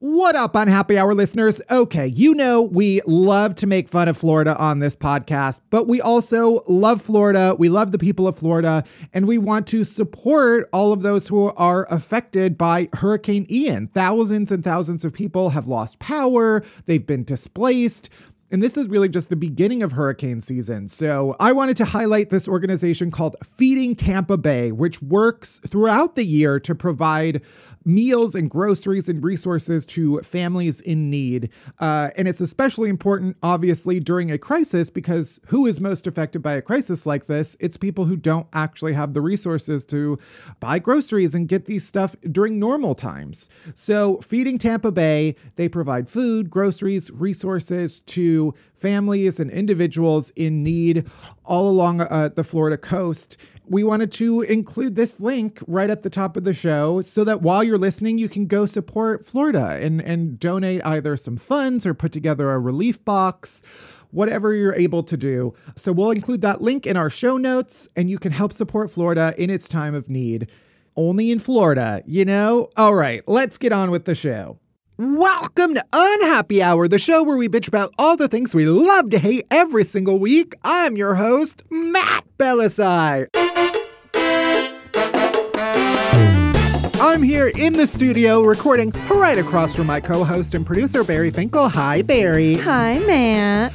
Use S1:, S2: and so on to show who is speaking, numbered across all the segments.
S1: What up, unhappy hour listeners? Okay, you know we love to make fun of Florida on this podcast, but we also love Florida. We love the people of Florida, and we want to support all of those who are affected by Hurricane Ian. Thousands and thousands of people have lost power, they've been displaced. And this is really just the beginning of hurricane season. So I wanted to highlight this organization called Feeding Tampa Bay, which works throughout the year to provide meals and groceries and resources to families in need. Uh, and it's especially important, obviously, during a crisis because who is most affected by a crisis like this? It's people who don't actually have the resources to buy groceries and get these stuff during normal times. So, Feeding Tampa Bay, they provide food, groceries, resources to families and individuals in need all along uh, the Florida coast. We wanted to include this link right at the top of the show so that while you're listening, you can go support Florida and, and donate either some funds or put together a relief box whatever you're able to do. So we'll include that link in our show notes, and you can help support Florida in its time of need. Only in Florida, you know? All right, let's get on with the show. Welcome to Unhappy Hour, the show where we bitch about all the things we love to hate every single week. I'm your host, Matt Belisai. I'm here in the studio recording right across from my co host and producer, Barry Finkel. Hi, Barry.
S2: Hi, Matt.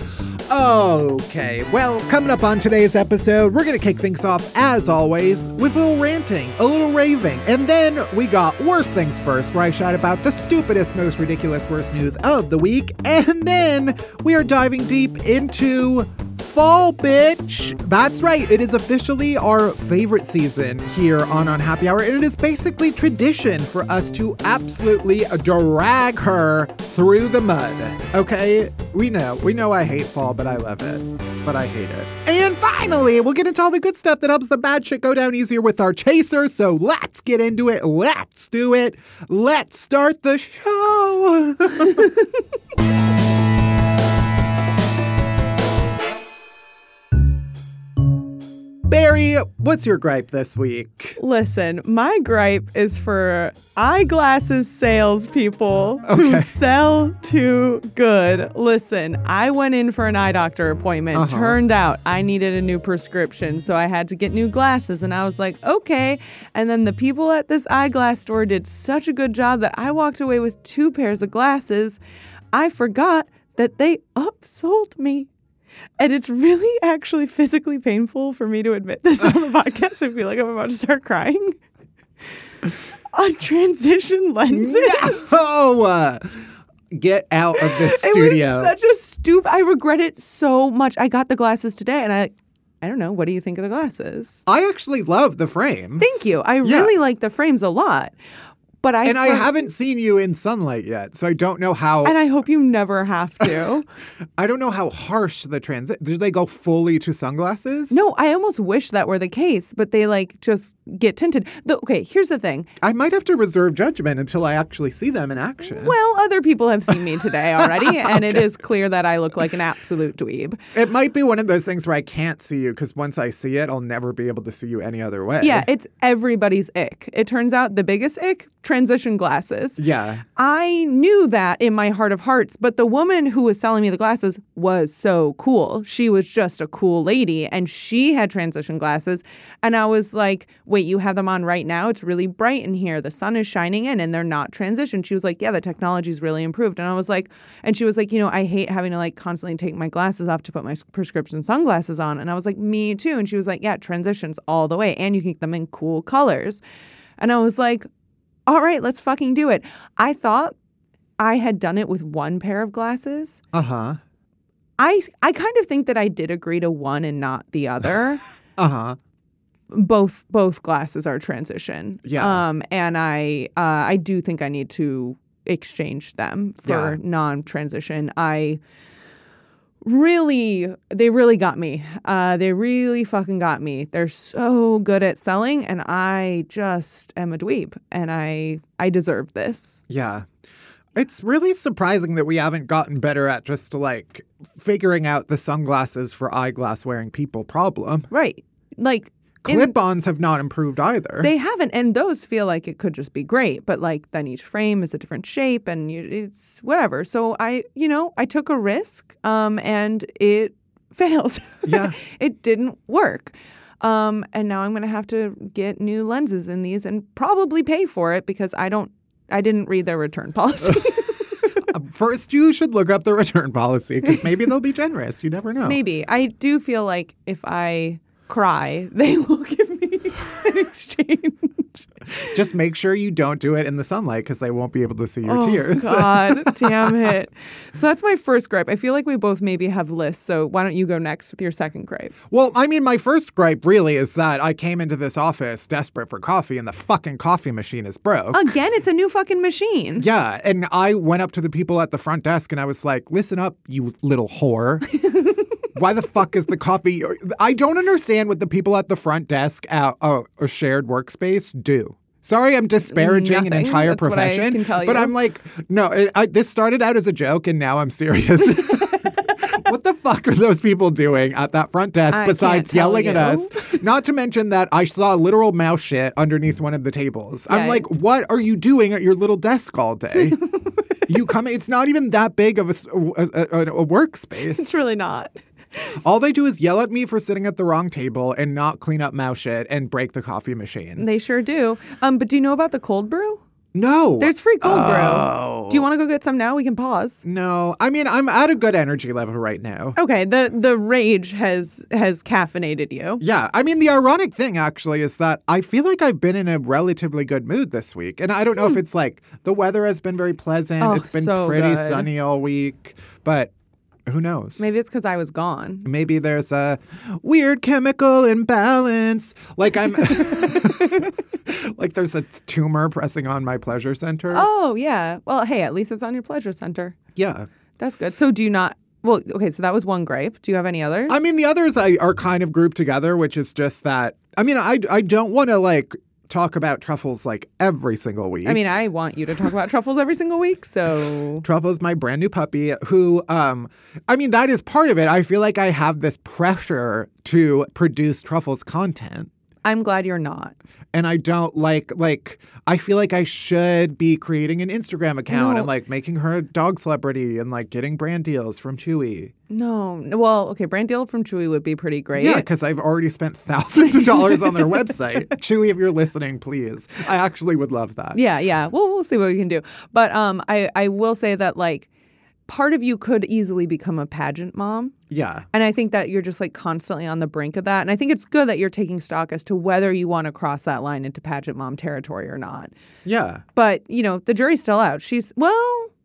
S1: Okay, well, coming up on today's episode, we're going to kick things off, as always, with a little ranting, a little raving, and then we got Worst Things First, where I shout about the stupidest, most ridiculous, worst news of the week, and then we are diving deep into fall, bitch. That's right. It is officially our favorite season here on On Happy Hour, and it is basically tradition for us to absolutely drag her through the mud. Okay? We know. We know I hate fall, but I love it. But I hate it. And finally, we'll get into all the good stuff that helps the bad shit go down easier with our chaser. So let's get into it. Let's do it. Let's start the show. Barry, what's your gripe this week?
S2: Listen, my gripe is for eyeglasses salespeople okay. who sell too good. Listen, I went in for an eye doctor appointment. Uh-huh. Turned out I needed a new prescription, so I had to get new glasses. And I was like, okay. And then the people at this eyeglass store did such a good job that I walked away with two pairs of glasses. I forgot that they upsold me. And it's really actually physically painful for me to admit this on the podcast. I feel like I'm about to start crying. on transition lenses.
S1: Yes! Oh, uh, Get out of this
S2: It
S1: studio.
S2: was such a stoop. I regret it so much. I got the glasses today, and I, I don't know. What do you think of the glasses?
S1: I actually love the frames.
S2: Thank you. I
S1: Yeah.
S2: really like the frames a lot, but I
S1: And I
S2: for-
S1: haven't seen you in sunlight yet, so I don't know how.
S2: And I hope you never have to.
S1: I don't know how harsh the transit. Did they go fully to sunglasses?
S2: no, I almost wish that were the case, but they like just get tinted. The, okay, here's the thing.
S1: I might have to reserve judgment until I actually see them in action.
S2: Well, other people have seen me today already, and it is clear that I look like an absolute dweeb.
S1: it might be one of those things where I can't see you because once I see it, I'll never be able to see you any other way.
S2: Yeah, it's everybody's ick. It turns out the biggest ick transition glasses.
S1: Yeah.
S2: I knew that in my heart of hearts, but the woman who was selling me the glasses was so cool. She was just a cool lady and she had transition glasses. And I was like, wait, you have them on right now? It's really bright in here. The sun is shining in and they're not transitioned. She was like, yeah, the technology's really improved. And I was like, and she was like, you know, I hate having to like constantly take my glasses off to put my s- prescription sunglasses on. And I was like, me too. And she was like, yeah, transitions all the way and you can get them in cool colors. And I was like, all right, let's fucking do it. I thought I had done it with one pair of glasses.
S1: Uh huh.
S2: I I kind of think that I did agree to one and not the other.
S1: Uh huh.
S2: both both glasses are transition.
S1: Yeah.
S2: Um, and I uh, I do think I need to exchange them for
S1: Yeah.
S2: non-transition. I really they really got me. Uh, they really fucking got me. They're so good at selling, and I just am a dweeb, and I I deserve this.
S1: Yeah. It's really surprising that we haven't gotten better at just like figuring out the sunglasses for eyeglass wearing people problem.
S2: Right. Like in-
S1: Clip ons have not improved either.
S2: they haven't and those feel like it could just be great, but like then each frame is a different shape and you, it's whatever. So I, you know, I took a risk um and it failed.
S1: Yeah.
S2: it didn't work. Um and now I'm going to have to get new lenses in these and probably pay for it because I don't I didn't read their return policy.
S1: Uh, First, you should look up the return policy because maybe they'll be generous. You never know.
S2: Maybe. I do feel like if I cry, they will give me an exchange.
S1: Just make sure you don't do it in the sunlight because they won't be able to see your
S2: Oh,
S1: tears.
S2: God damn it. So that's my first gripe. I feel like we both maybe have lists. So why don't you go next with your second gripe?
S1: Well, I mean, my first gripe really is that I came into this office desperate for coffee and the fucking coffee machine is broke.
S2: Again, it's a new fucking machine.
S1: yeah, and I went up to the people at the front desk and I was like, "Listen up, you little whore." Why the fuck is the coffee? I don't understand what the people at the front desk at a, a shared workspace do. Sorry, I'm disparaging an
S2: Nothing.
S1: entire
S2: That's what I
S1: profession,
S2: can tell
S1: but
S2: you.
S1: I'm like, no. I, I, this started out as a joke, and now I'm serious. what the fuck are those people doing at that front desk
S2: I can't
S1: besides
S2: tell
S1: yelling at
S2: you.
S1: us? Not to mention that I saw literal mouse shit underneath one of the tables. I'm
S2: Yeah.
S1: like, what are you doing at your little desk all day? you come. It's not even that big of a, s- a- a- a workspace.
S2: It's really not.
S1: All they do is yell at me for sitting at the wrong table and not clean up mouse shit and break the coffee machine.
S2: They sure do. Um, but do you know about the cold brew?
S1: No.
S2: There's free cold brew. Do you want to go get some now? We can pause.
S1: no. I mean, I'm at a good energy level right now.
S2: Okay, the the rage has has caffeinated you.
S1: Yeah. I mean, the ironic thing actually is that I feel like I've been in a relatively good mood this week. And I don't know if it's like the weather has been very pleasant.
S2: Oh,
S1: it's been
S2: Hmm. so
S1: pretty
S2: good.
S1: sunny all week, but who knows?
S2: Maybe it's because I was gone.
S1: Maybe there's a weird chemical imbalance. Like I'm. like there's a tumor pressing on my pleasure center.
S2: Oh yeah. Well, hey, at least it's on your pleasure center.
S1: Yeah.
S2: That's good. So do you not? Well, okay. So that was one gripe. Do you have any others?
S1: I mean, the others I, are kind of grouped together, which is just that. I mean, I, I don't want to like talk about truffles like every single week.
S2: I mean, I want you to talk about truffles every single week. So
S1: Truffle's my brand new puppy who um I mean that is part of it. I feel like I have this pressure to produce Truffle's content
S2: I'm glad you're not.
S1: and I don't like like I feel like I should be creating an Instagram account
S2: No.
S1: and like making her a dog celebrity and like getting brand deals from Chewy.
S2: No. n- Well, okay. Brand deal from Chewy would be pretty great.
S1: Yeah, cuz I've already spent thousands of dollars on their website. Chewy if you're listening, please. I actually would love that.
S2: Yeah. Yeah. Well, we'll see what we can do. But um, I I will say that like part of you could easily become a pageant mom.
S1: Yeah.
S2: And I think that you're just like constantly on the brink of that. And I think it's good that you're taking stock as to whether you want to cross that line into pageant mom territory or not.
S1: Yeah.
S2: But, you know, the jury's still out. She's, well,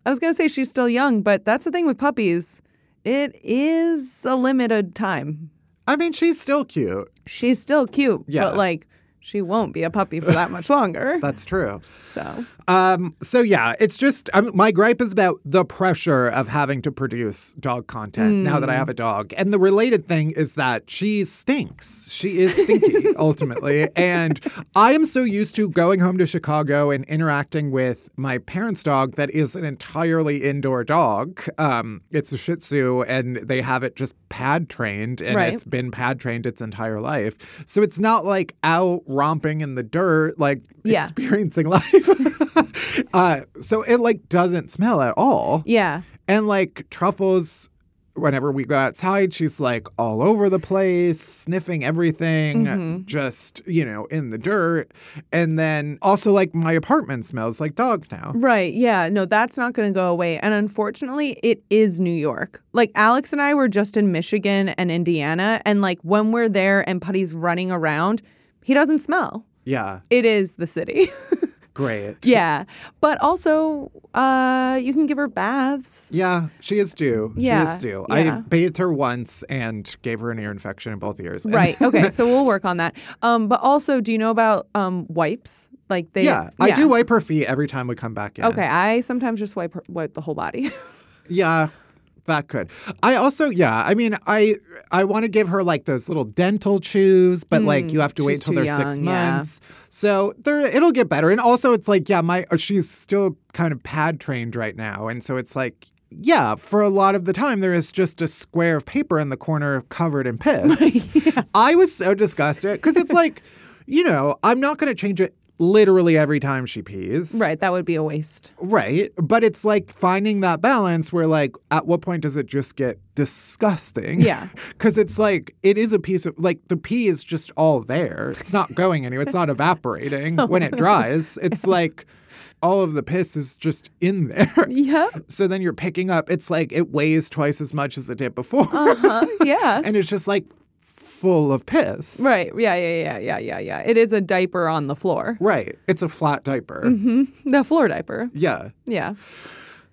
S2: I was going to say she's still young, but that's the thing with puppies. It is a limited time.
S1: I mean, she's still cute.
S2: She's still cute,
S1: Yeah.
S2: but like she won't be a puppy for that much longer.
S1: That's true.
S2: so,
S1: Um, so yeah, it's just um, my gripe is about the pressure of having to produce dog content now
S2: Hmm.
S1: that I have a dog. And the related thing is that she stinks. She is stinky ultimately. And I am so used to going home to Chicago and interacting with my parents' dog that is an entirely indoor dog. Um, it's a Shih Tzu, and they have it just pad trained, and
S2: Right.
S1: it's been pad trained its entire life. So it's not like out romping in the dirt, like
S2: Yeah.
S1: experiencing life. uh, so it like doesn't smell at all.
S2: yeah.
S1: And like truffles, whenever we go outside, she's like all over the place, sniffing everything,
S2: Mm-hmm.
S1: just, you know, in the dirt. And then also like my apartment smells like dog now.
S2: Right. Yeah. No, that's not going to go away. And unfortunately, it is New York. Like, Alex and I were just in Michigan and Indiana. And like, when we're there and Putty's running around, he doesn't smell.
S1: Yeah.
S2: It is the city.
S1: Great.
S2: yeah. But also, uh, you can give her baths.
S1: Yeah, she is due. She
S2: Yeah,
S1: is due. I
S2: yeah.
S1: bathed her once and gave her an ear infection in both ears. And-
S2: Right. Okay. So we'll work on that. Um, but also, do you know about um, wipes? Like they.
S1: yeah, I do wipe her feet every time we come back in.
S2: Okay. I sometimes just wipe her, wipe the whole body.
S1: Yeah. That could. I also, yeah. I mean, I I want to give her like those little dental chews, but like you have to wait
S2: Mm, she's
S1: till
S2: too
S1: they're six
S2: young, yeah.
S1: months. So there, it'll get better. And also, it's like, yeah, my uh, she's still kind of pad trained right now, and so it's like, yeah, for a lot of the time there is just a square of paper in the corner covered in piss. I was so disgusted because it's like, you know, I'm not going to change it literally every time she pees,
S2: right. That would be a waste.
S1: Right. But it's like finding that balance where, like, at what point does it just get disgusting?
S2: Yeah.
S1: Because it's like, it is a piece of, like, the pee is just all there. It's not going anywhere. It's not evaporating
S2: Oh,
S1: when it dries. It's like all of the piss is just in there.
S2: Yeah.
S1: So then you're picking up, it's like it weighs twice as much as it did before.
S2: Huh? Yeah.
S1: and it's just like full of piss.
S2: Right. Yeah, yeah, yeah, yeah, yeah, yeah. It is a diaper on the floor.
S1: Right. It's a flat diaper.
S2: Mm-hmm. The floor diaper.
S1: Yeah.
S2: Yeah.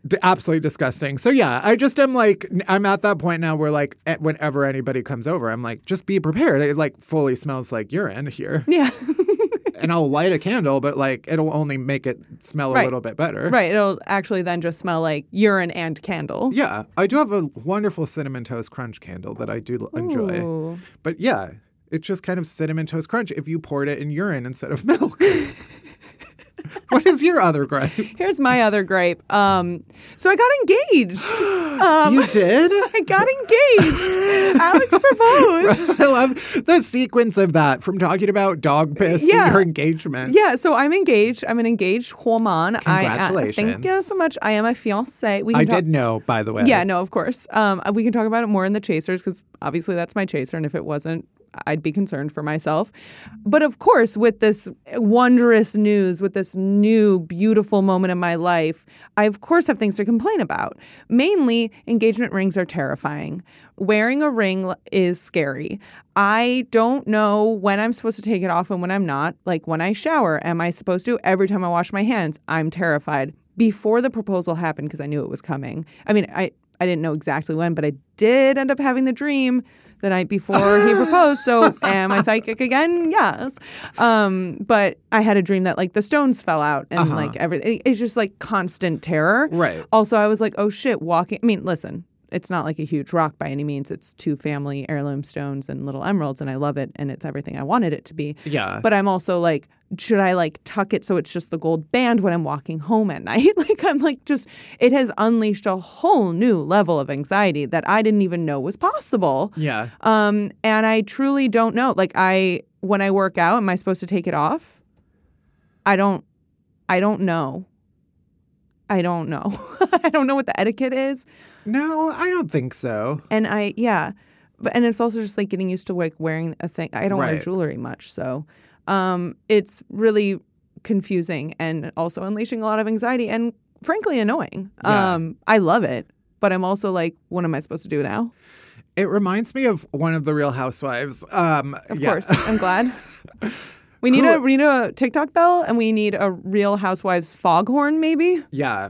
S1: D- absolutely disgusting. So yeah, I just am like n- I'm at that point now where like eh, whenever anybody comes over, I'm like just be prepared. It like fully smells like urine here,
S2: Yeah.
S1: and I'll light a candle, but like it'll only make it smell a
S2: Right.
S1: little bit better.
S2: right. It'll actually then just smell like urine and candle.
S1: Yeah, I do have a wonderful cinnamon toast crunch candle that I do l- enjoy,
S2: Ooh.
S1: but yeah, it's just kind of cinnamon toast crunch if you poured it in urine instead of milk. what is your other gripe?
S2: Here's my other gripe. Um, so I got engaged. Um,
S1: you did.
S2: I got engaged. Alex proposed.
S1: I love the sequence of that from talking about dog piss to
S2: Yeah.
S1: your engagement.
S2: Yeah, so I'm engaged. I'm an engaged woman. I, uh,
S1: Congratulations.
S2: thank you so much. I am a fiance. We can
S1: I
S2: talk-
S1: did know, by the way.
S2: Yeah, no, of course. Um, we can talk about it more in the chasers because obviously that's my chaser, and if it wasn't, I'd be concerned for myself. But of course, with this wondrous news, with this new beautiful moment in my life, I of course have things to complain about. Mainly, engagement rings are terrifying. Wearing a ring l- is scary. I don't know when I'm supposed to take it off and when I'm not. Like when I shower, am I supposed to? Every time I wash my hands, I'm terrified before the proposal happened because I knew it was coming. I mean, I I didn't know exactly when, but I did end up having the dream the night before he proposed. So am I psychic again? Yes. Um, but I had a dream that like the stones fell out and like everything. It's just like constant terror.
S1: Right.
S2: Also, I was like, oh shit, walking. I mean, listen. It's not like a huge rock by any means. It's two family heirloom stones and little emeralds, and I love it, and it's everything I wanted it to be.
S1: Yeah.
S2: But I'm also like, should I like tuck it so it's just the gold band when I'm walking home at night? like, I'm like, just, it has unleashed a whole new level of anxiety that I didn't even know was possible.
S1: Yeah.
S2: Um, and I truly don't know. Like, I, when I work out, am I supposed to take it off? I don't, I don't know. I don't know. I don't know what the etiquette is.
S1: No, I don't think so.
S2: And I, yeah. But, and it's also just like getting used to like wearing a thing. I don't wear
S1: Right.
S2: jewelry much. So um, it's really confusing and also unleashing a lot of anxiety and frankly annoying.
S1: Yeah.
S2: Um, I love it, but I'm also like, what am I supposed to do now?
S1: It reminds me of one of the Real Housewives. Um,
S2: Of course. I'm glad. We need a we need a TikTok bell and we need a Real Housewives foghorn maybe.
S1: Yeah.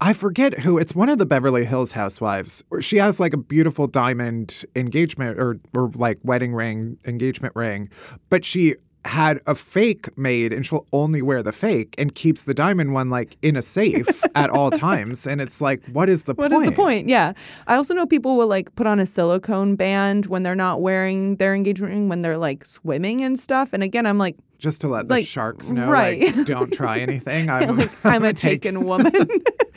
S1: I forget who. It's one of the Beverly Hills housewives. She has like a beautiful diamond engagement or or like wedding ring, engagement ring, but she had a fake made and she'll only wear the fake and keeps the diamond one like in a safe at all times and it's like what is the
S2: What
S1: point?
S2: is the point? Yeah. I also know people will like put on a silicone band when they're not wearing their engagement ring when they're like swimming and stuff. And again, I'm like,
S1: Just to let the
S2: Like,
S1: sharks know
S2: right.
S1: like don't try anything. I'm
S2: I'm a taken woman.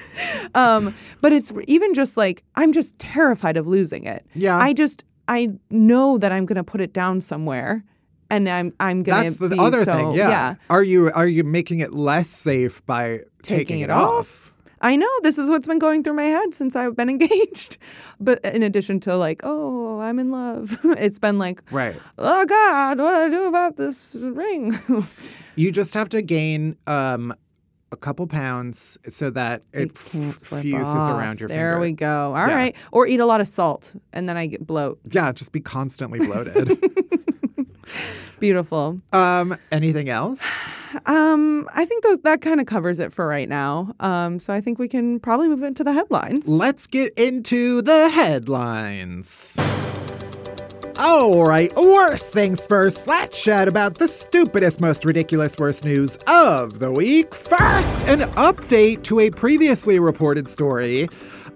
S2: um, but it's even just like I'm just terrified of losing it.
S1: Yeah.
S2: I just I know that I'm gonna put it down somewhere, and I'm I'm gonna.
S1: That's the
S2: be
S1: other
S2: so-
S1: thing. Yeah.
S2: yeah.
S1: Are you are you making it less safe by taking, it off?
S2: I know this is what's been going through my head since I've been engaged. But in addition to like, oh, I'm in love, it's been like,
S1: Right.
S2: oh God, what do I do about this ring?
S1: You just have to gain um, a couple pounds so that it, f-
S2: Slip
S1: fuses
S2: off.
S1: around your
S2: there
S1: finger.
S2: we go. All right,
S1: Yeah.
S2: Or eat a lot of salt and then I get bloat.
S1: Yeah, just be constantly bloated.
S2: Beautiful.
S1: um, anything else?
S2: Um, I think those that kind of covers it for right now. Um, so I think we can probably move into the headlines.
S1: Let's get into the headlines. All right, worst things first. Let's chat about the stupidest, most ridiculous, worst news of the week. First, an update to a previously reported story.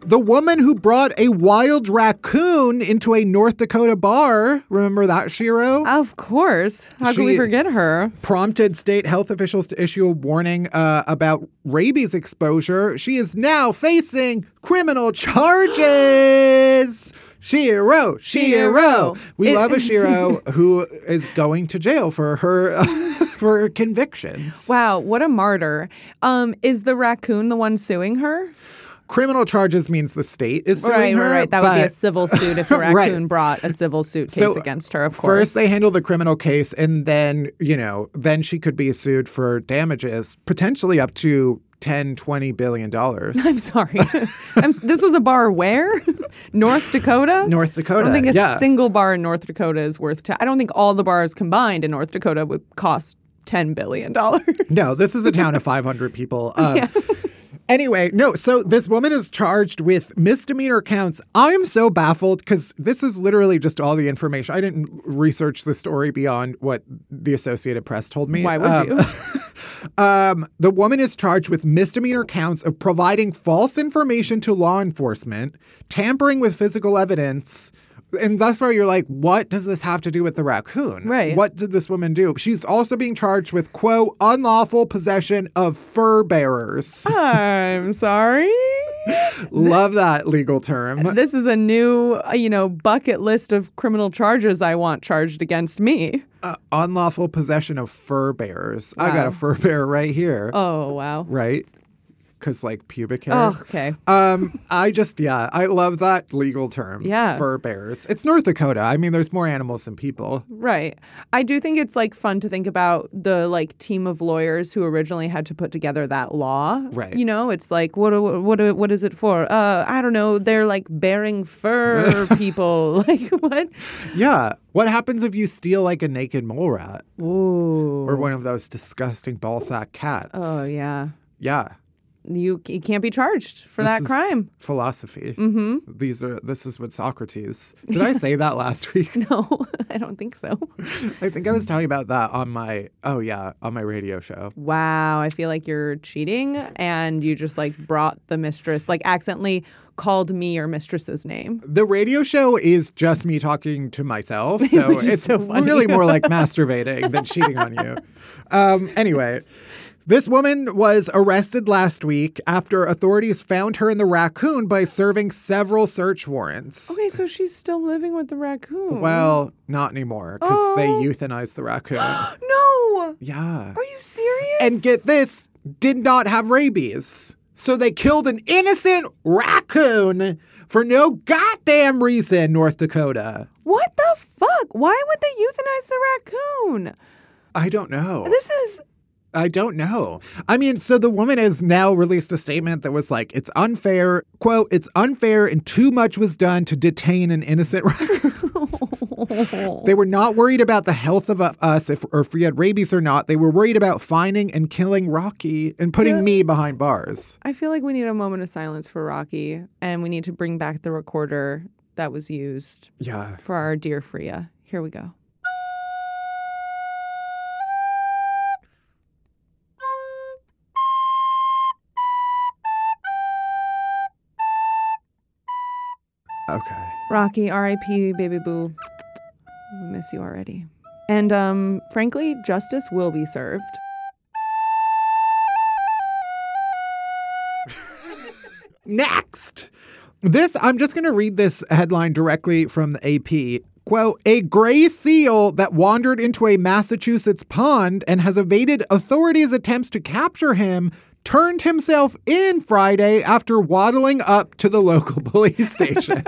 S1: The woman who brought a wild raccoon into a North Dakota bar, remember that, Shiro?
S2: Of course. How can we
S1: She-
S2: forget her?
S1: prompted state health officials to issue a warning uh, about rabies exposure. She is now facing criminal charges. Shiro, Shiro,
S2: Shiro.
S1: we
S2: It-
S1: love a Shiro who is going to jail for her for her convictions.
S2: Wow, what a martyr. Um, is the raccoon the one suing her?
S1: Criminal charges means the state is suing
S2: right,
S1: her.
S2: right, right. That would be a
S1: but-
S2: civil suit if the
S1: Right.
S2: raccoon brought a civil suit case against her, of course.
S1: First, they handle the criminal case, and then, you know, then she could be sued for damages, potentially up to 10, 20 billion dollars.
S2: I'm sorry. I'm, s- this was a bar where? North Dakota?
S1: North Dakota,
S2: I don't think a
S1: yeah.
S2: single bar in North Dakota is worth. I I don't think all the bars combined in North Dakota would cost $10 billion.
S1: No, this is a town of 500 people. Um, Anyway, no, so this woman is charged with misdemeanor counts. I'm so baffled because this is literally just all the information. I didn't research the story beyond what the Associated Press told me.
S2: Why would
S1: Um,
S2: you?
S1: Um, the woman is charged with misdemeanor counts of providing false information to law enforcement, tampering with physical evidence. And thus far, you're like, what does this have to do with the raccoon?
S2: Right.
S1: What did this woman do? She's also being charged with, quote, unlawful possession of fur bearers.
S2: Oh, I'm sorry.
S1: Love that legal term.
S2: This is a new, uh, you know, bucket list of criminal charges I want charged against me.
S1: Uh, unlawful possession of fur bearers. I got
S2: Wow.
S1: a fur bear right here.
S2: Oh, wow.
S1: Right? Because, like, pubic hair.
S2: Oh, okay.
S1: Um, I just yeah, I love that legal term.
S2: Yeah.
S1: fur bears. It's North Dakota. I mean, there's more animals than people.
S2: Right. I do think it's like fun to think about the like team of lawyers who originally had to put together that law.
S1: Right.
S2: You know, it's like what do- what do- what is it for? Uh, I don't know. They're like bearing fur people. Like what?
S1: Yeah. What happens if you steal like a naked mole rat
S2: Ooh.
S1: or one of those disgusting ballsack cats?
S2: Oh yeah.
S1: yeah.
S2: You, you can't be charged for
S1: This
S2: that
S1: is
S2: crime.
S1: Philosophy. Mm-hmm. These are this is what Socrates. Did I say that last week?
S2: No, I don't think so.
S1: I think I was talking about that on my oh yeah on my radio show.
S2: Wow, I feel like you're cheating and you just like brought the mistress, like accidentally called me your mistress's name.
S1: The radio show is just me talking to myself, so
S2: Which is
S1: it's
S2: so funny.
S1: really more like masturbating than cheating on you. Um, anyway, this woman was arrested last week after authorities found her in the raccoon by serving several search warrants.
S2: Okay, so she's still living with the raccoon.
S1: Well, not anymore because they
S2: Oh.
S1: euthanized the raccoon.
S2: No!
S1: yeah.
S2: Are you serious?
S1: And get this, did not have rabies. So they killed an innocent raccoon for no goddamn reason, North Dakota.
S2: what the fuck? Why would they euthanize the raccoon?
S1: I don't know.
S2: This is
S1: I don't know. I mean, so the woman has now released a statement that was like, it's unfair, quote, it's unfair and too much was done to detain an innocent raccoon. They were not worried about the health of uh, us if, or if we had rabies or not. They were worried about finding and killing Rocky and putting me behind bars.
S2: I feel like we need a moment of silence for Rocky, and we need to bring back the recorder that was used
S1: Yeah.
S2: for our dear Freya. Here we go.
S1: Okay.
S2: Rocky, R.I.P. Baby Boo. We miss you already. And um, frankly, justice will be served.
S1: Next. This, I'm just going to read this headline directly from the AP. Quote, a gray seal that wandered into a Massachusetts pond and has evaded authorities' attempts to capture him turned himself in Friday after waddling up to the local police station.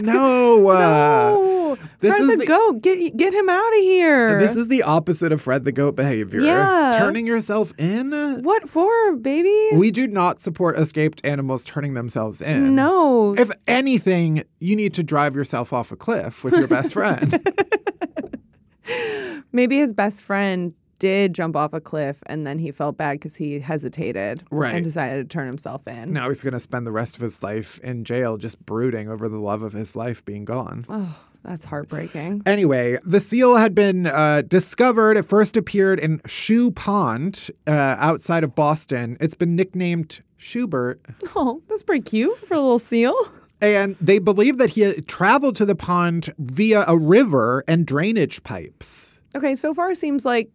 S1: no. Uh,
S2: oh,
S1: this
S2: Fred
S1: is
S2: the,
S1: the-
S2: goat, get get him out of here.
S1: This is the opposite of Fred the Goat behavior.
S2: Yeah.
S1: Turning yourself in?
S2: what for, baby?
S1: We do not support escaped animals turning themselves in.
S2: no,
S1: If anything, you need to drive yourself off a cliff with your best friend.
S2: maybe his best friend did jump off a cliff and then he felt bad because he hesitated
S1: Right.
S2: and decided to turn himself in.
S1: now he's going to spend the rest of his life in jail just brooding over the love of his life being gone.
S2: Oh, that's heartbreaking.
S1: Anyway, the seal had been uh, discovered. It first appeared in Shoe Pond uh, outside of Boston. It's been nicknamed Schubert.
S2: Oh, that's pretty cute for a little seal.
S1: And they believe that he had traveled to the pond via a river and drainage pipes.
S2: Okay, so far seems like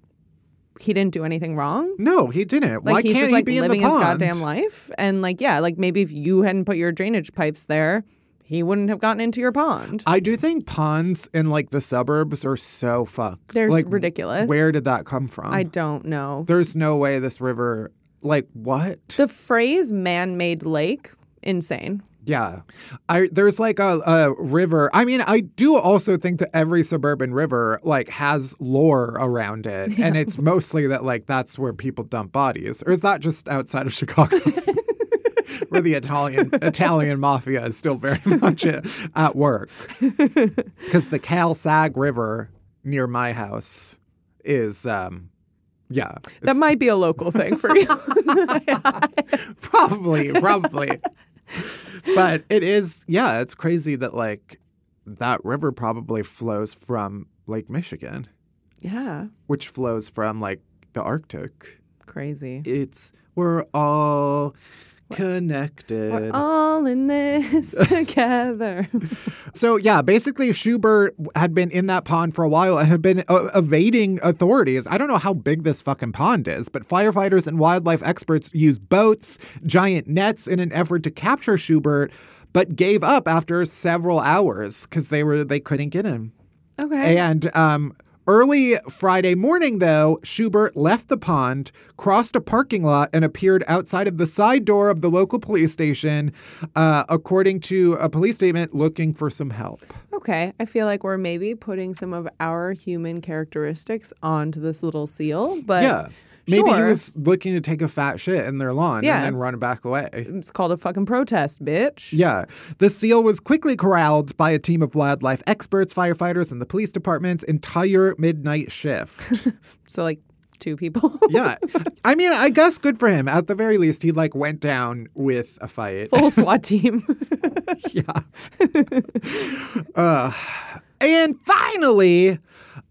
S2: he didn't do anything wrong.
S1: No, he didn't.
S2: Like
S1: Why
S2: he's
S1: can't
S2: just
S1: he
S2: like
S1: be
S2: living
S1: in the
S2: his
S1: pond?
S2: goddamn life. And like, yeah, like maybe if you hadn't put your drainage pipes there, he wouldn't have gotten into your pond.
S1: I do think ponds in like the suburbs are so fucked.
S2: They're s-
S1: like,
S2: ridiculous.
S1: Where did that come from?
S2: I don't know.
S1: There's no way this river. Like what?
S2: The phrase man made lake, insane.
S1: yeah, I there's like a, a river. I mean, I do also think that every suburban river like has lore around it, and it's mostly that like that's where people dump bodies, or is that just outside of Chicago? Where the Italian Italian mafia is still very much at, at work, because the Cal Sag River near my house is, um, yeah,
S2: That might be a local thing for you.
S1: probably, probably. but it is, yeah, it's crazy that like that river probably flows from Lake Michigan,
S2: yeah.
S1: which flows from like the Arctic.
S2: Crazy.
S1: It's we're all connected.
S2: We're all in this together.
S1: So yeah, basically Schubert had been in that pond for a while and had been uh, evading authorities. I don't know how big this fucking pond is, but firefighters and wildlife experts used boats, giant nets in an effort to capture Schubert, but gave up after several hours cuz they were they couldn't get him.
S2: Okay.
S1: And um, early Friday morning, though, Schubert left the pond, crossed a parking lot, and appeared outside of the side door of the local police station, uh, according to a police statement, looking for some help.
S2: Okay. I feel like we're maybe putting some of our human characteristics onto this little seal, but
S1: yeah. Maybe he
S2: sure.
S1: was looking to take a fat shit in their lawn
S2: Yeah.
S1: and then run back away.
S2: it's called a fucking protest, bitch.
S1: Yeah. The seal was quickly corralled by a team of wildlife experts, firefighters, and the police department's entire midnight shift.
S2: So like two people.
S1: yeah. I mean, I guess good for him. At the very least, he like went down with a fight.
S2: Full SWAT team.
S1: Uh, And finally,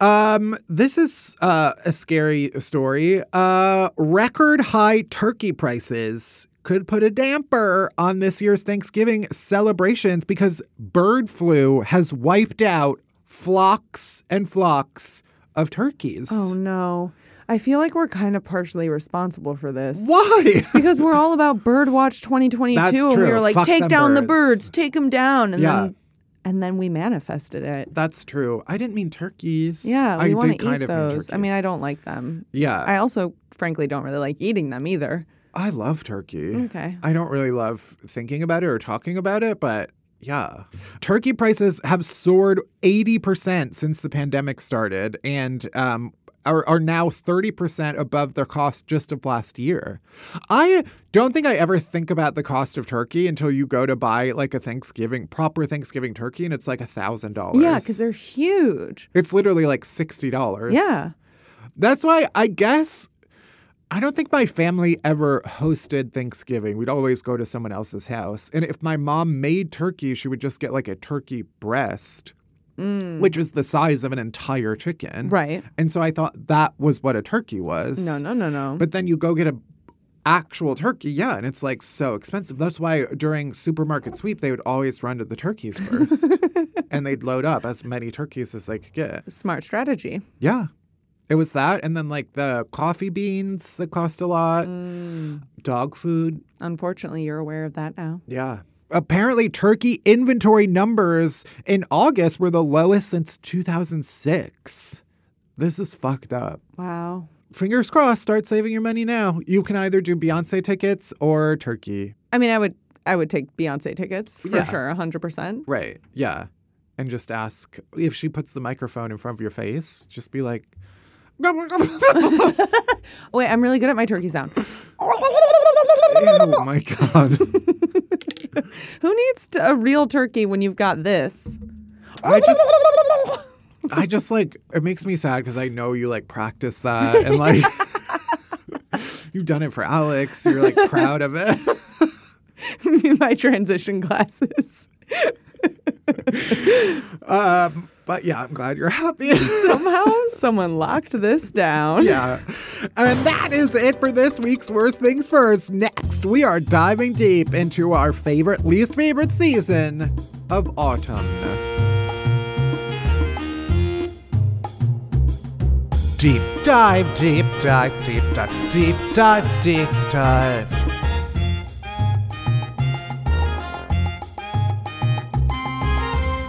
S1: um, this is uh, a scary story. Uh, record high turkey prices could put a damper on this year's Thanksgiving celebrations because bird flu has wiped out flocks and flocks of turkeys.
S2: oh no. I feel like we're kind of partially responsible for this.
S1: Why?
S2: Because we're all about Birdwatch 2022
S1: That's
S2: and we
S1: true.
S2: were like
S1: Fuck
S2: take
S1: them
S2: down the
S1: birds."
S2: birds, take them down and
S1: Yeah.
S2: then and then we manifested it.
S1: That's true. I didn't mean turkeys.
S2: Yeah,
S1: I
S2: we
S1: did
S2: want to
S1: kind of
S2: eat
S1: mean
S2: those. I
S1: turkeys.
S2: mean, I don't like them.
S1: yeah.
S2: I also, frankly, don't really like eating them either.
S1: I love turkey.
S2: Okay.
S1: I don't really love thinking about it or talking about it, but yeah. Turkey prices have soared 80% since the pandemic started. And um, are, are now 30% above their cost just of last year. I don't think I ever think about the cost of turkey until you go to buy like a Thanksgiving, proper Thanksgiving turkey, and it's like a $1,000.
S2: Yeah, because they're huge.
S1: it's literally like $60.
S2: Yeah.
S1: That's why I guess I don't think my family ever hosted Thanksgiving. We'd always go to someone else's house. And if my mom made turkey, she would just get like a turkey breast, which is the size of an entire chicken.
S2: Mm. Right.
S1: And so I thought that was what a turkey was.
S2: No, no, no, no.
S1: But then you go get a actual turkey, yeah, and it's like so expensive. That's why during supermarket sweep they would always run to the turkeys first. and they'd load up as many turkeys as they could get.
S2: Smart strategy.
S1: Yeah. It was that. And then like the coffee beans that cost a lot, dog food.
S2: Unfortunately, you're aware of that now.
S1: Yeah. Apparently, turkey inventory numbers in August were the lowest since 2006. This is fucked up.
S2: Wow.
S1: Fingers crossed, start saving your money now. You can either do Beyonce tickets or turkey.
S2: I mean, I would I would take Beyonce tickets for
S1: Yeah.
S2: sure, 100%.
S1: Right. Yeah. And just ask if she puts the microphone in front of your face, just be like, oh
S2: Wait, I'm really good at my turkey sound.
S1: my God.
S2: Who needs t- a real turkey when you've got this?
S1: I just. I just like it makes me sad because I know you like practice that and like you've done it for Alex. You're like proud of it.
S2: my transition classes.
S1: Um, but yeah, I'm glad you're happy.
S2: Somehow someone locked this down.
S1: yeah. And that is it for this week's Worst Things First. Next, we are diving deep into our favorite, least favorite season of autumn. Deep dive, deep dive, deep dive, deep dive, deep dive.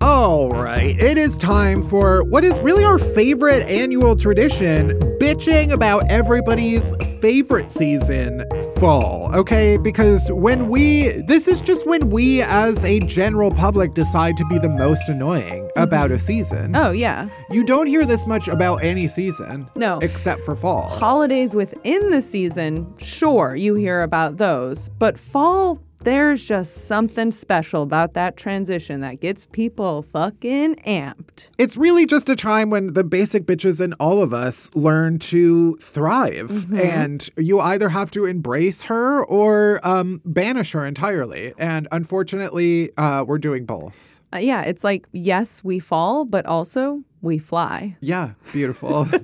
S1: All right, it is time for what is really our favorite annual tradition bitching about everybody's favorite season, fall. Okay, because when we, this is just when we as a general public decide to be the most annoying about a season.
S2: Mm-hmm. Oh, yeah.
S1: You don't hear this much about any season.
S2: No.
S1: Except for fall.
S2: Holidays within the season, sure, you hear about those. But fall, there's just something special about that transition that gets people fucking amped.
S1: it's really just a time when the basic bitches in all of us learn to thrive. And you either have to embrace her or um, banish her entirely. And unfortunately, uh, we're doing both.
S2: Uh, yeah, it's like, yes, we fall, but also we fly.
S1: Yeah, beautiful.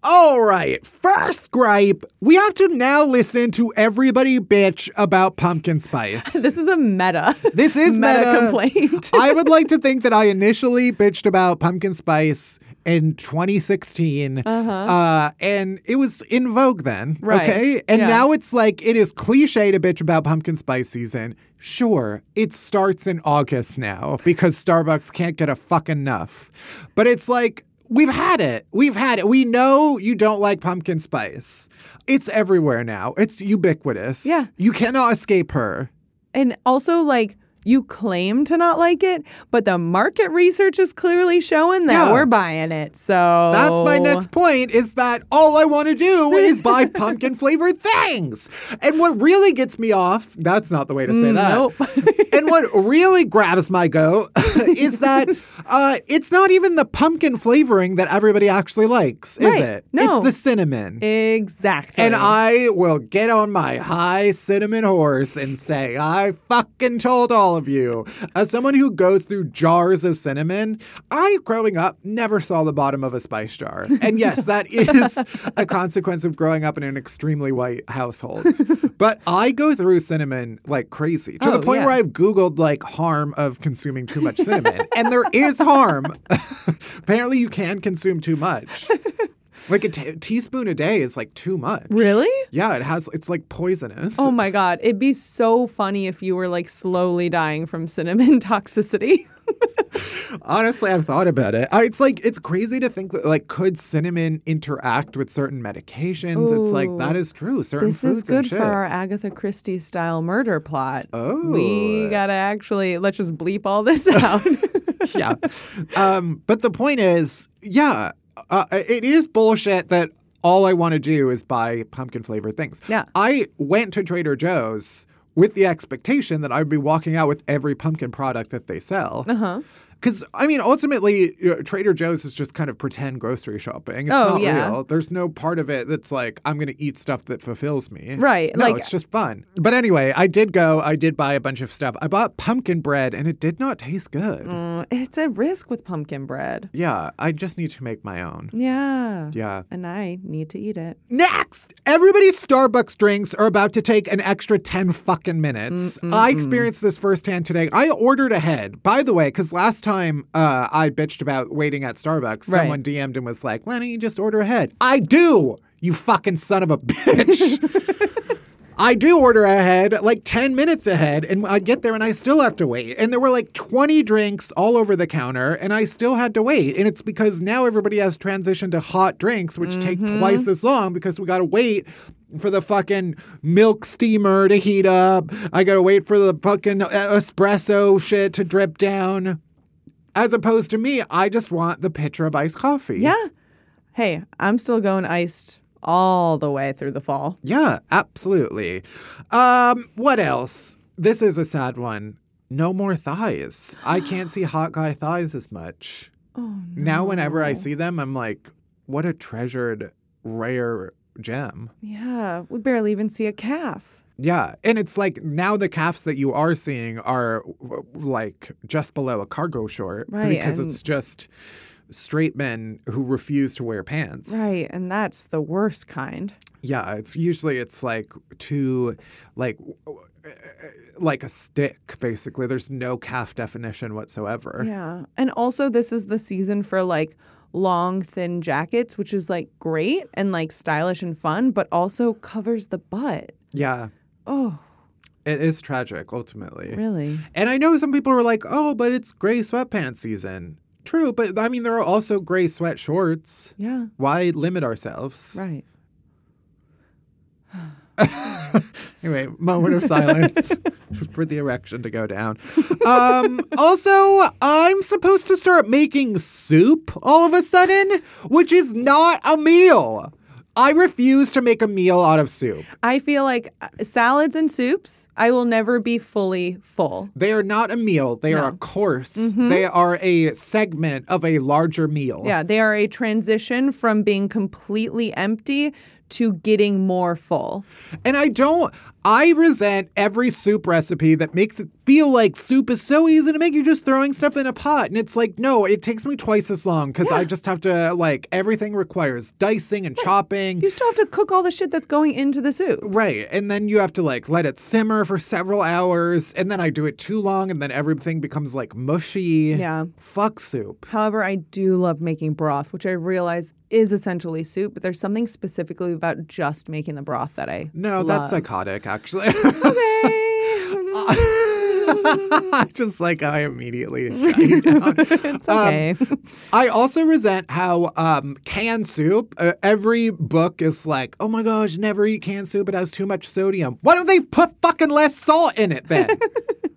S1: All right, first gripe. We have to now listen to everybody bitch about pumpkin spice.
S2: This is a meta.
S1: This is
S2: meta,
S1: meta
S2: complaint.
S1: I would like to think that I initially bitched about pumpkin spice in 2016. Uh-huh. and it was in vogue then.
S2: Right.
S1: Okay. And
S2: Yeah.
S1: now it's like it is cliche to bitch about pumpkin spice season. Sure, it starts in August now because Starbucks can't get a fuck enough. But it's like We've had it. We've had it. We know you don't like pumpkin spice. It's everywhere now. It's ubiquitous.
S2: Yeah.
S1: You cannot escape her.
S2: And also, like, you claim to not like it, but the market research is clearly showing that
S1: Yeah.
S2: we're buying it. So
S1: That's my next point is that all I want to do is buy pumpkin flavored things. And what really gets me off, that's not the way to
S2: Mm,
S1: say that. and what really grabs my go is that uh, it's not even the pumpkin flavoring that everybody actually likes, is
S2: Right.
S1: it?
S2: No.
S1: It's the cinnamon.
S2: Exactly.
S1: and I will get on my high cinnamon horse and say, I fucking told all of you. As someone who goes through jars of cinnamon, I, growing up, never saw the bottom of a spice jar. And yes, that is a consequence of growing up in an extremely white household. But I go through cinnamon like crazy to
S2: Oh,
S1: the point
S2: yeah.
S1: where I've Googled like harm of consuming too much cinnamon. and there is harm. Apparently, you can consume too much. Like a t- teaspoon a day is like too much.
S2: Really?
S1: Yeah, it has. It's like poisonous.
S2: Oh my God. It'd be so funny if you were like slowly dying from cinnamon toxicity.
S1: Honestly, I've thought about it. I, it's like it's crazy to think that like could cinnamon interact with certain medications? it's like
S2: Ooh.
S1: that is true. Certain
S2: this is
S1: foods and
S2: good for
S1: shit.
S2: our Agatha Christie style murder plot.
S1: Oh.
S2: We gotta actually, let's just bleep all this out.
S1: yeah. Um, but the point is, yeah, uh, it is bullshit that all I want to do is buy pumpkin flavored things.
S2: Yeah.
S1: I went to Trader Joe's with the expectation that I would be walking out with every pumpkin product that they sell. Uh
S2: Uh-huh.
S1: huh. Because, I mean, ultimately, you know, Trader Joe's is just kind of pretend grocery shopping. It's
S2: Oh,
S1: not
S2: yeah.
S1: real. There's no part of it that's like, I'm going to eat stuff that fulfills me.
S2: Right,
S1: No,
S2: like-
S1: it's just fun. But anyway, I did go. I did buy a bunch of stuff. I bought pumpkin bread, and it did not taste good.
S2: it's a risk with pumpkin bread.
S1: Yeah, I just need to make my own.
S2: Yeah.
S1: Yeah.
S2: And I need to eat it.
S1: Next, everybody's Starbucks drinks are about to take an extra 10 fucking minutes. I experienced this firsthand today. I ordered ahead, by the way, because last time uh, I bitched about waiting at Starbucks,
S2: Right.
S1: someone DM'd and was like, why don't you just order ahead? I do, you fucking son of a bitch. I do order ahead, like 10 minutes ahead, and I get there and I still have to wait. And there were like 20 drinks all over the counter, and I still had to wait. And it's because now everybody has transitioned to hot drinks, which take twice as long because we gotta wait for the fucking milk steamer to heat up. I gotta wait for the fucking uh, espresso shit to drip down. As opposed to me, I just want the pitcher of iced coffee.
S2: Yeah. Hey, I'm still going iced all the way through the fall.
S1: Yeah, absolutely. Um, what else? This is a sad one. No more thighs. I can't see hot guy thighs as much. Oh, Now, whenever I see them, I'm like, what a treasured, rare gem.
S2: Yeah. We barely even see a calf.
S1: Yeah. And it's like now the calves that you are seeing are w- like just below a cargo short
S2: Right,
S1: because
S2: and-
S1: it's just straight men who refuse to wear pants.
S2: Right. And that's the worst kind.
S1: Yeah, it's usually it's like two, like w- w- uh, like a stick basically. There's no calf definition whatsoever.
S2: Yeah. And also, this is the season for like long, thin jackets, which is like great and like stylish and fun, but also covers the butt.
S1: Yeah,
S2: Oh,
S1: it is tragic
S2: Eh.
S1: ultimately.
S2: really?
S1: And I know some people are like, "Oh, but it's gray sweatpants season." True, but I mean there are also gray sweat shorts.
S2: Yeah.
S1: Why limit ourselves?
S2: Right.
S1: Anyway, moment of silence for the erection to go down. Um, also, I'm supposed to start making soup all of a sudden, which is not a meal. I refuse to make a meal out of soup.
S2: I feel like uh, salads and soups, I will never be fully full.
S1: They are not a meal. They are a course. They are a segment of a larger meal.
S2: Yeah, they are a transition from being completely empty to getting more full.
S1: And I don't, I resent every soup recipe that makes it feel like soup is so easy to make. You're just throwing stuff in a pot. And it's like, no, it takes me twice as long because I just have to, like, everything requires dicing and chopping.
S2: You still have to cook all the shit that's going into the soup.
S1: Right. And then you have to like let it simmer for several hours. And then I do it too long and then everything becomes like mushy.
S2: Yeah.
S1: Fuck soup.
S2: However, I do love making broth, which I realize is essentially soup, but there's something specifically about just making the broth that I
S1: No, that's
S2: love.
S1: psychotic, actually.
S2: okay.
S1: just like I immediately.
S2: it's okay.
S1: Um, I also resent how um, canned soup, uh, every book is like, oh my gosh, never eat canned soup. It has too much sodium. Why don't they put fucking less salt in it then?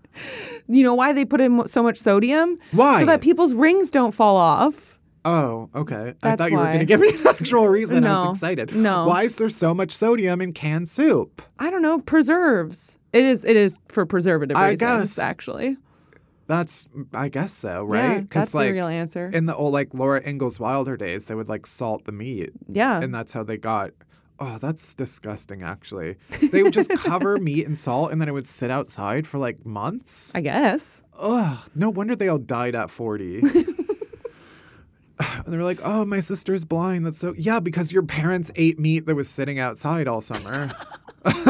S2: you know why they put in mo- so much sodium?
S1: Why?
S2: So that people's rings don't fall off.
S1: Oh, okay. I
S2: That's
S1: thought you were
S2: why.
S1: going to give me the actual reason. I
S2: No.
S1: was excited.
S2: No.
S1: Why is there so much sodium in canned soup?
S2: I don't know, preserves. It is it is for preservative
S1: I
S2: reasons
S1: guess.
S2: actually.
S1: That's, I guess so,
S2: Yeah,
S1: right?
S2: that's the
S1: like,
S2: real answer.
S1: In the old, like Laura Ingalls Wilder days, they would like salt the meat.
S2: Yeah.
S1: And that's how they got. Oh, that's disgusting, actually. They would just cover meat in salt and then it would sit outside for like months.
S2: I guess.
S1: Ugh, no wonder they all died at 40. and they were like, oh, my sister's blind. That's so. Yeah, because your parents ate meat that was sitting outside all summer.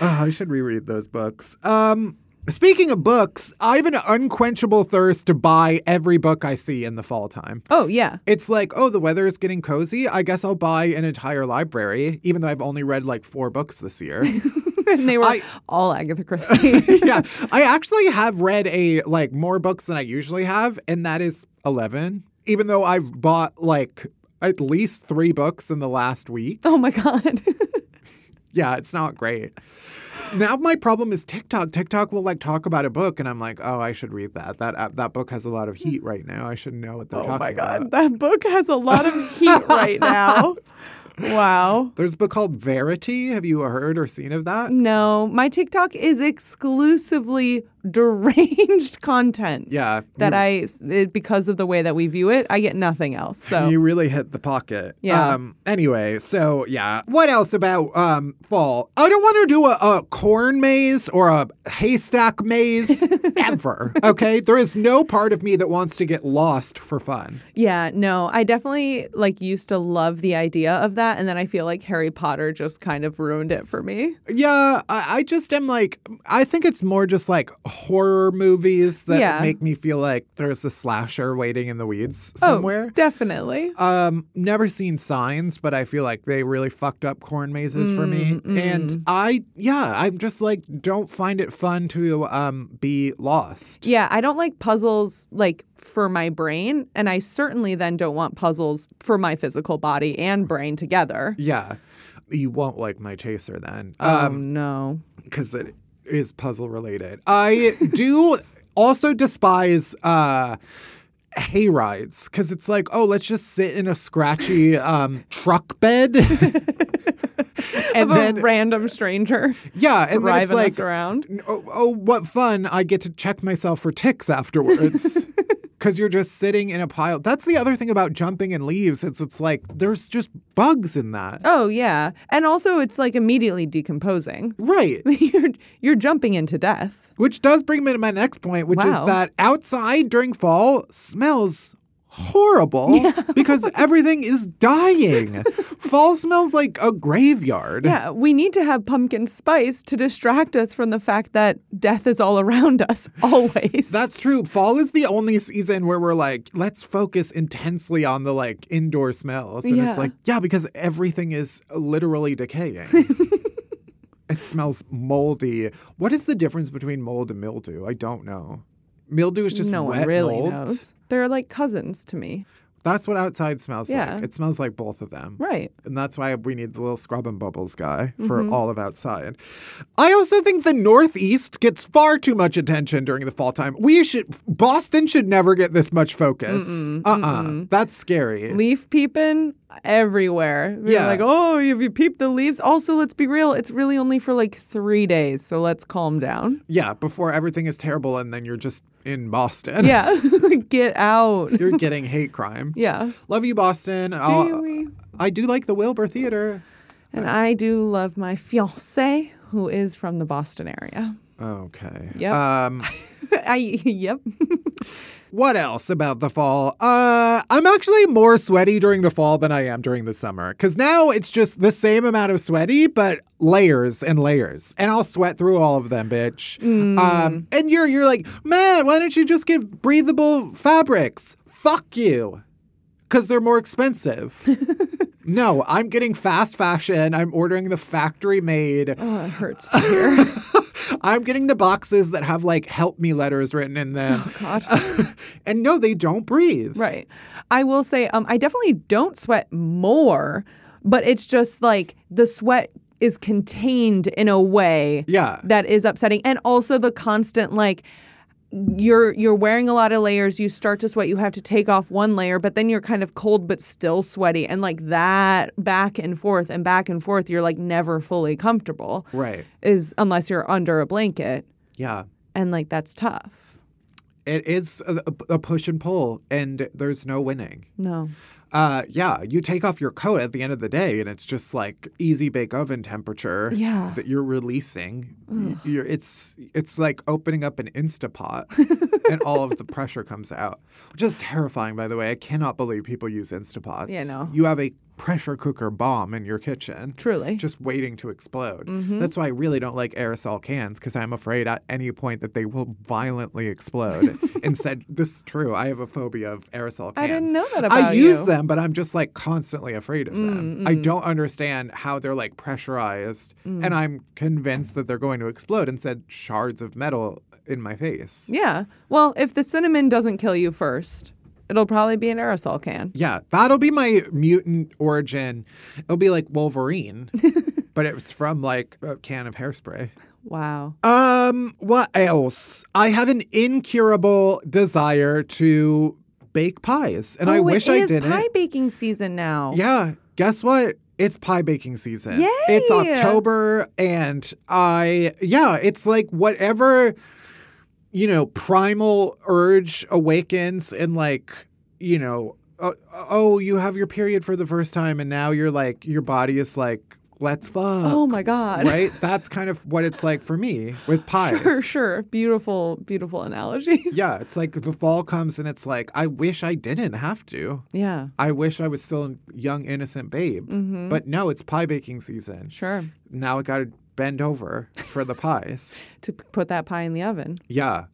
S1: Ah, I should reread those books. Um, speaking of books, I have an unquenchable thirst to buy every book I see in the fall time.
S2: Oh yeah.
S1: It's like, oh, the weather is getting cozy. I guess I'll buy an entire library, even though I've only read like four books this year.
S2: and they were
S1: I-
S2: all Agatha Christie.
S1: yeah, I actually have read a like more books than I usually have, and that is eleven. Even though I've bought like at least three books in the last week.
S2: oh my god.
S1: Yeah, it's not great. Now my problem is TikTok. TikTok will like talk about a book, and I'm like, oh, I should read that. That uh, that book has a lot of heat right now. I should know what they're
S2: oh
S1: talking
S2: my god.
S1: about.
S2: That book has a lot of heat right now. Wow.
S1: There's a book called Verity. Have you heard or seen of that?
S2: No, my TikTok is exclusively deranged content.
S1: Yeah,
S2: That
S1: you-
S2: I it- because of the way that we view it, I get nothing else. So
S1: You really hit the pocket.
S2: Yeah.
S1: Um, anyway, so yeah. What else about um, fall? I don't want to do a, a corn maze or a haystack maze ever. Okay. There is no part of me that wants to get lost for fun.
S2: yeah, no, I definitely like used to love the idea of that, and then I feel like Harry Potter just kind of ruined it for me.
S1: Yeah. I, I just am like, I think it's more just like horror movies that
S2: Yeah.
S1: make me feel like there's a slasher waiting in the weeds
S2: Oh,
S1: somewhere.
S2: definitely.
S1: Um, never seen signs, but I feel like they really fucked up corn mazes for me. And I, yeah, I'm just like, don't find it fun to um be lost.
S2: Yeah, I don't like puzzles like for my brain, and I certainly then don't want puzzles for my physical body and brain together.
S1: Yeah, you won't like my chaser then,
S2: Oh
S1: um,
S2: no.
S1: because it is puzzle related. I do also despise uh hay rides because it's like, oh, let's just sit in a scratchy um truck bed. And
S2: of
S1: then,
S2: a random stranger
S1: yeah, and then it's
S2: driving
S1: like,
S2: us around.
S1: N- Oh, oh, what fun. I get to check myself for ticks afterwards. Because you're just sitting in a pile. That's the other thing about jumping in leaves. It's, it's like there's just bugs in that.
S2: Oh yeah, and also it's like immediately decomposing.
S1: Right.
S2: you're you're jumping into death.
S1: Which does bring me to my next point, which
S2: Wow.
S1: is that outside during fall smells horrible because everything is dying. fall smells like a graveyard.
S2: Yeah, we need to have pumpkin spice to distract us from the fact that death is all around us always.
S1: That's true. Fall is the only season where we're like, let's focus intensely on the like indoor smells. And
S2: Yeah.
S1: it's like, yeah, because everything is literally decaying. it smells moldy. What is the difference between mold and mildew? I don't know. Mildew is just
S2: no
S1: wet
S2: one really
S1: mold.
S2: knows. They're like cousins to me,
S1: That's what outside smells
S2: Yeah.
S1: like. It smells like both of them.
S2: right?
S1: And that's why we need the little scrub and bubbles guy for
S2: Mm-hmm.
S1: all of outside. I also think the Northeast gets far too much attention during the fall time. We should, Boston should never get this much focus. uh uh That's scary.
S2: Leaf peeping everywhere. You're
S1: Yeah.
S2: like, oh, have you peeped the leaves? Also, let's be real. It's really only for like three days, so let's calm down.
S1: yeah, before everything is terrible and then you're just in Boston.
S2: Yeah. Get out.
S1: You're getting hate crime.
S2: Yeah.
S1: Love you, Boston.
S2: Do we?
S1: I do like the Wilbur Theater.
S2: And I do love my fiance who is from the Boston area.
S1: Okay.
S2: Yep.
S1: Um,
S2: I yep.
S1: what else about the fall? Uh, I'm actually more sweaty during the fall than I am during the summer because now it's just the same amount of sweaty, but layers and layers, and I'll sweat through all of them, bitch. Um, and you're you're like, man, why don't you just get breathable fabrics? Fuck you, because they're more expensive. No, I'm getting fast fashion. I'm ordering the factory made.
S2: Oh, it hurts to hear.
S1: I'm getting the boxes that have like help me letters written in them.
S2: Oh, God.
S1: and no, they don't breathe.
S2: Right. I will say, um, I definitely don't sweat more, but it's just like the sweat is contained in a way
S1: Yeah.
S2: that is upsetting. And also the constant like you're you're wearing a lot of layers, you start to sweat, you have to take off one layer, but then you're kind of cold but still sweaty. And like that back and forth and back and forth, you're like never fully comfortable.
S1: Right.
S2: Is unless you're under a blanket.
S1: Yeah.
S2: And like that's tough.
S1: It is a, a push and pull, and there's no winning.
S2: No.
S1: Uh, yeah, you take off your coat at the end of the day, and it's just like easy bake oven temperature.
S2: Yeah.
S1: that you're releasing. Y- You're, it's it's like opening up an Instapot, and all of the pressure comes out, which is terrifying. By the way, I cannot believe people use Instapots.
S2: Yeah, no.
S1: you have a pressure cooker bomb in your kitchen.
S2: Truly. Mm-hmm.
S1: Just waiting to explode. That's why I really don't like aerosol cans because I'm afraid at any point that they will violently explode. and said, This is true. I have a phobia of aerosol cans.
S2: I didn't know that
S1: I
S2: about
S1: use
S2: you. Mm,
S1: them, but I'm just like constantly afraid of them. I don't understand how they're like pressurized. And I'm convinced that they're going to explode and said shards of metal in my face.
S2: Yeah. Well, if the cinnamon doesn't kill you first, it'll probably be an aerosol can.
S1: Yeah, that'll be my mutant origin. It'll be like Wolverine, but it's from like a can of hairspray.
S2: Wow.
S1: Um, what else? I have an incurable desire to bake pies, and I wish I
S2: Oh, It
S1: didn't.
S2: is pie baking season now.
S1: yeah, guess what? It's pie baking season. It's
S2: Yay!
S1: October, and I yeah, it's like whatever you know primal urge awakens, and like you know, uh, oh, you have your period for the first time, and now you're like your body is like, let's fuck.
S2: Oh my God.
S1: Right? That's kind of what it's like for me with pies.
S2: Sure, sure. Beautiful, beautiful analogy.
S1: Yeah, it's like the fall comes and it's like, I wish I didn't have to.
S2: yeah.
S1: I wish I was still a young, innocent babe. But no, it's pie baking season.
S2: Sure.
S1: Now I got to bend over for the pies.
S2: To p- put that pie in the oven.
S1: Yeah.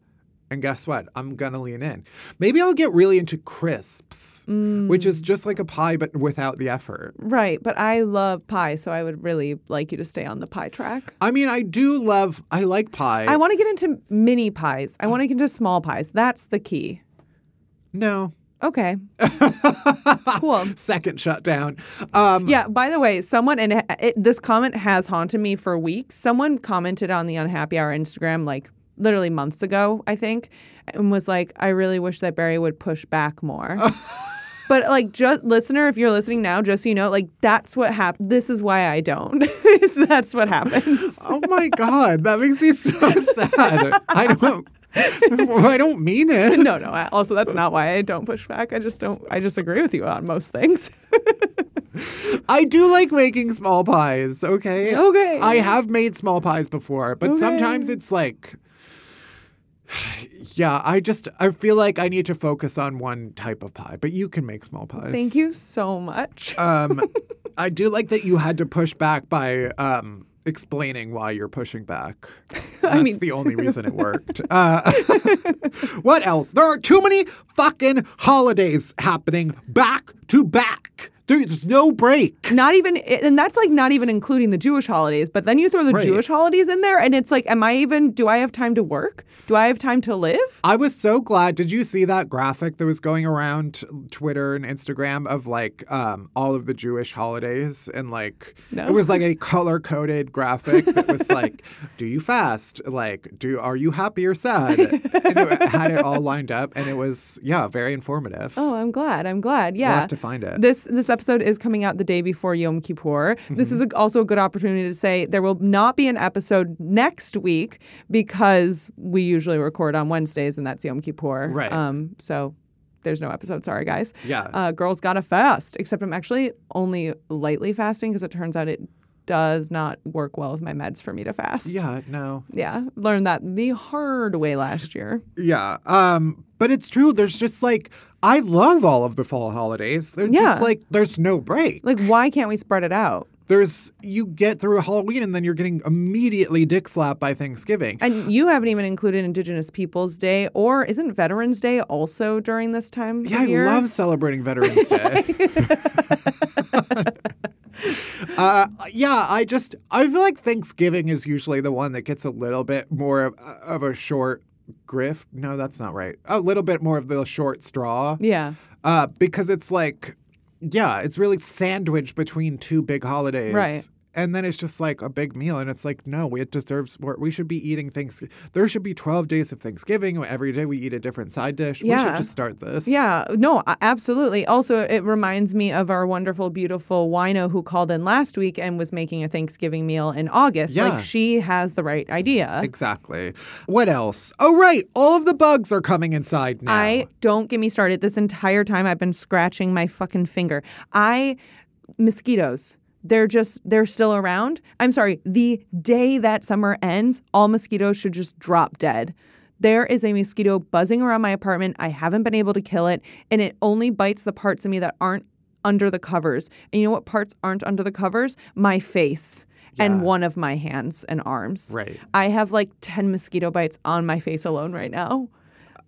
S1: And guess what? I'm going to lean in. Maybe I'll get really into crisps, which is just like a pie, but without the effort.
S2: Right. But I love pie, so I would really like you to stay on the pie track.
S1: I mean, I do love, I like pie.
S2: I want to get into mini pies. I want to get into small pies. That's the key.
S1: no.
S2: Okay. cool.
S1: Second shutdown. Um,
S2: Yeah. By the way, someone and it- it, this comment has haunted me for weeks. Someone commented on the Unhappy Hour Instagram like literally months ago, I think, and was like, "I really wish that Barry would push back more." But like, just listener, if you're listening now, just so you know, like that's what happened. This is why I don't. Is that's what happens.
S1: Oh my god, that makes me so sad. I don't. I don't mean it.
S2: No, no. I, also, that's not why I don't push back. I just don't. I just agree with you on most things.
S1: I do like making small pies. Okay.
S2: Okay.
S1: I have made small pies before, but sometimes it's like. Yeah, I just I feel like I need to focus on one type of pie, but you can make small pies.
S2: Thank you so much.
S1: Um, I do like that you had to push back by um, explaining why you're pushing back. That's the only reason it worked. Uh, what else? There are too many fucking holidays happening back to back. There's no break.
S2: not even and that's like not even including the Jewish holidays, but then you throw the
S1: Right.
S2: Jewish holidays in there and it's like am I even do I have time to work? Do I have time to live?
S1: I was so glad. Did you see that graphic that was going around Twitter and Instagram of like um, all of the Jewish holidays and like
S2: No.
S1: it was like a color coded graphic that was like, do you fast? Like, do are you happy or sad? and it had it all lined up, and it was yeah, very informative.
S2: Oh, I'm glad. I'm glad. Yeah.
S1: We'll have to find it.
S2: This this episode is coming out the day before Yom Kippur. This
S1: Mm-hmm.
S2: is a, also a good opportunity to say there will not be an episode next week because we usually record on Wednesdays and that's Yom Kippur.
S1: Right.
S2: Um, so there's no episode. Sorry, guys.
S1: Yeah.
S2: Uh, girls gotta fast. Except I'm actually only lightly fasting because it turns out it does not work well with my meds for me to fast.
S1: Yeah, no.
S2: Yeah. Learned that the hard way last year.
S1: Yeah. Um, but it's true. There's just like I love all of the fall holidays. They're
S2: Yeah.
S1: just like there's no break.
S2: Like, why can't we spread it out?
S1: There's you get through Halloween and then you're getting immediately dick slapped by Thanksgiving.
S2: And you haven't even included Indigenous Peoples Day, or isn't Veterans Day also during this time?
S1: yeah,
S2: of
S1: I
S2: year?
S1: love celebrating Veterans Day. uh, yeah, I just I feel like Thanksgiving is usually the one that gets a little bit more of, of a short grift. No, that's not right. A little bit more of the short straw.
S2: Yeah.
S1: uh, because it's like, yeah, it's really sandwiched between two big holidays.
S2: Right.
S1: And then it's just like a big meal, and it's like, no, it deserves more. We should be eating Thanksgiving. There should be 12 days of Thanksgiving. Every day we eat a different side dish. We
S2: Yeah.
S1: should just start this.
S2: Yeah, no, a- absolutely. Also, it reminds me of our wonderful, beautiful wino who called in last week and was making a Thanksgiving meal in August.
S1: Yeah.
S2: Like, she has the right idea.
S1: Exactly. What else? Oh, right. All of the bugs are coming inside now.
S2: I don't get me started. This entire time I've been scratching my fucking finger. I mosquitoes. They're just they're still around. I'm sorry. The day that summer ends, all mosquitoes should just drop dead. There is a mosquito buzzing around my apartment. I haven't been able to kill it, and it only bites the parts of me that aren't under the covers. And you know what parts aren't under the covers? My face and one of my hands and arms.
S1: Right.
S2: I have like 10 mosquito bites on my face alone right now.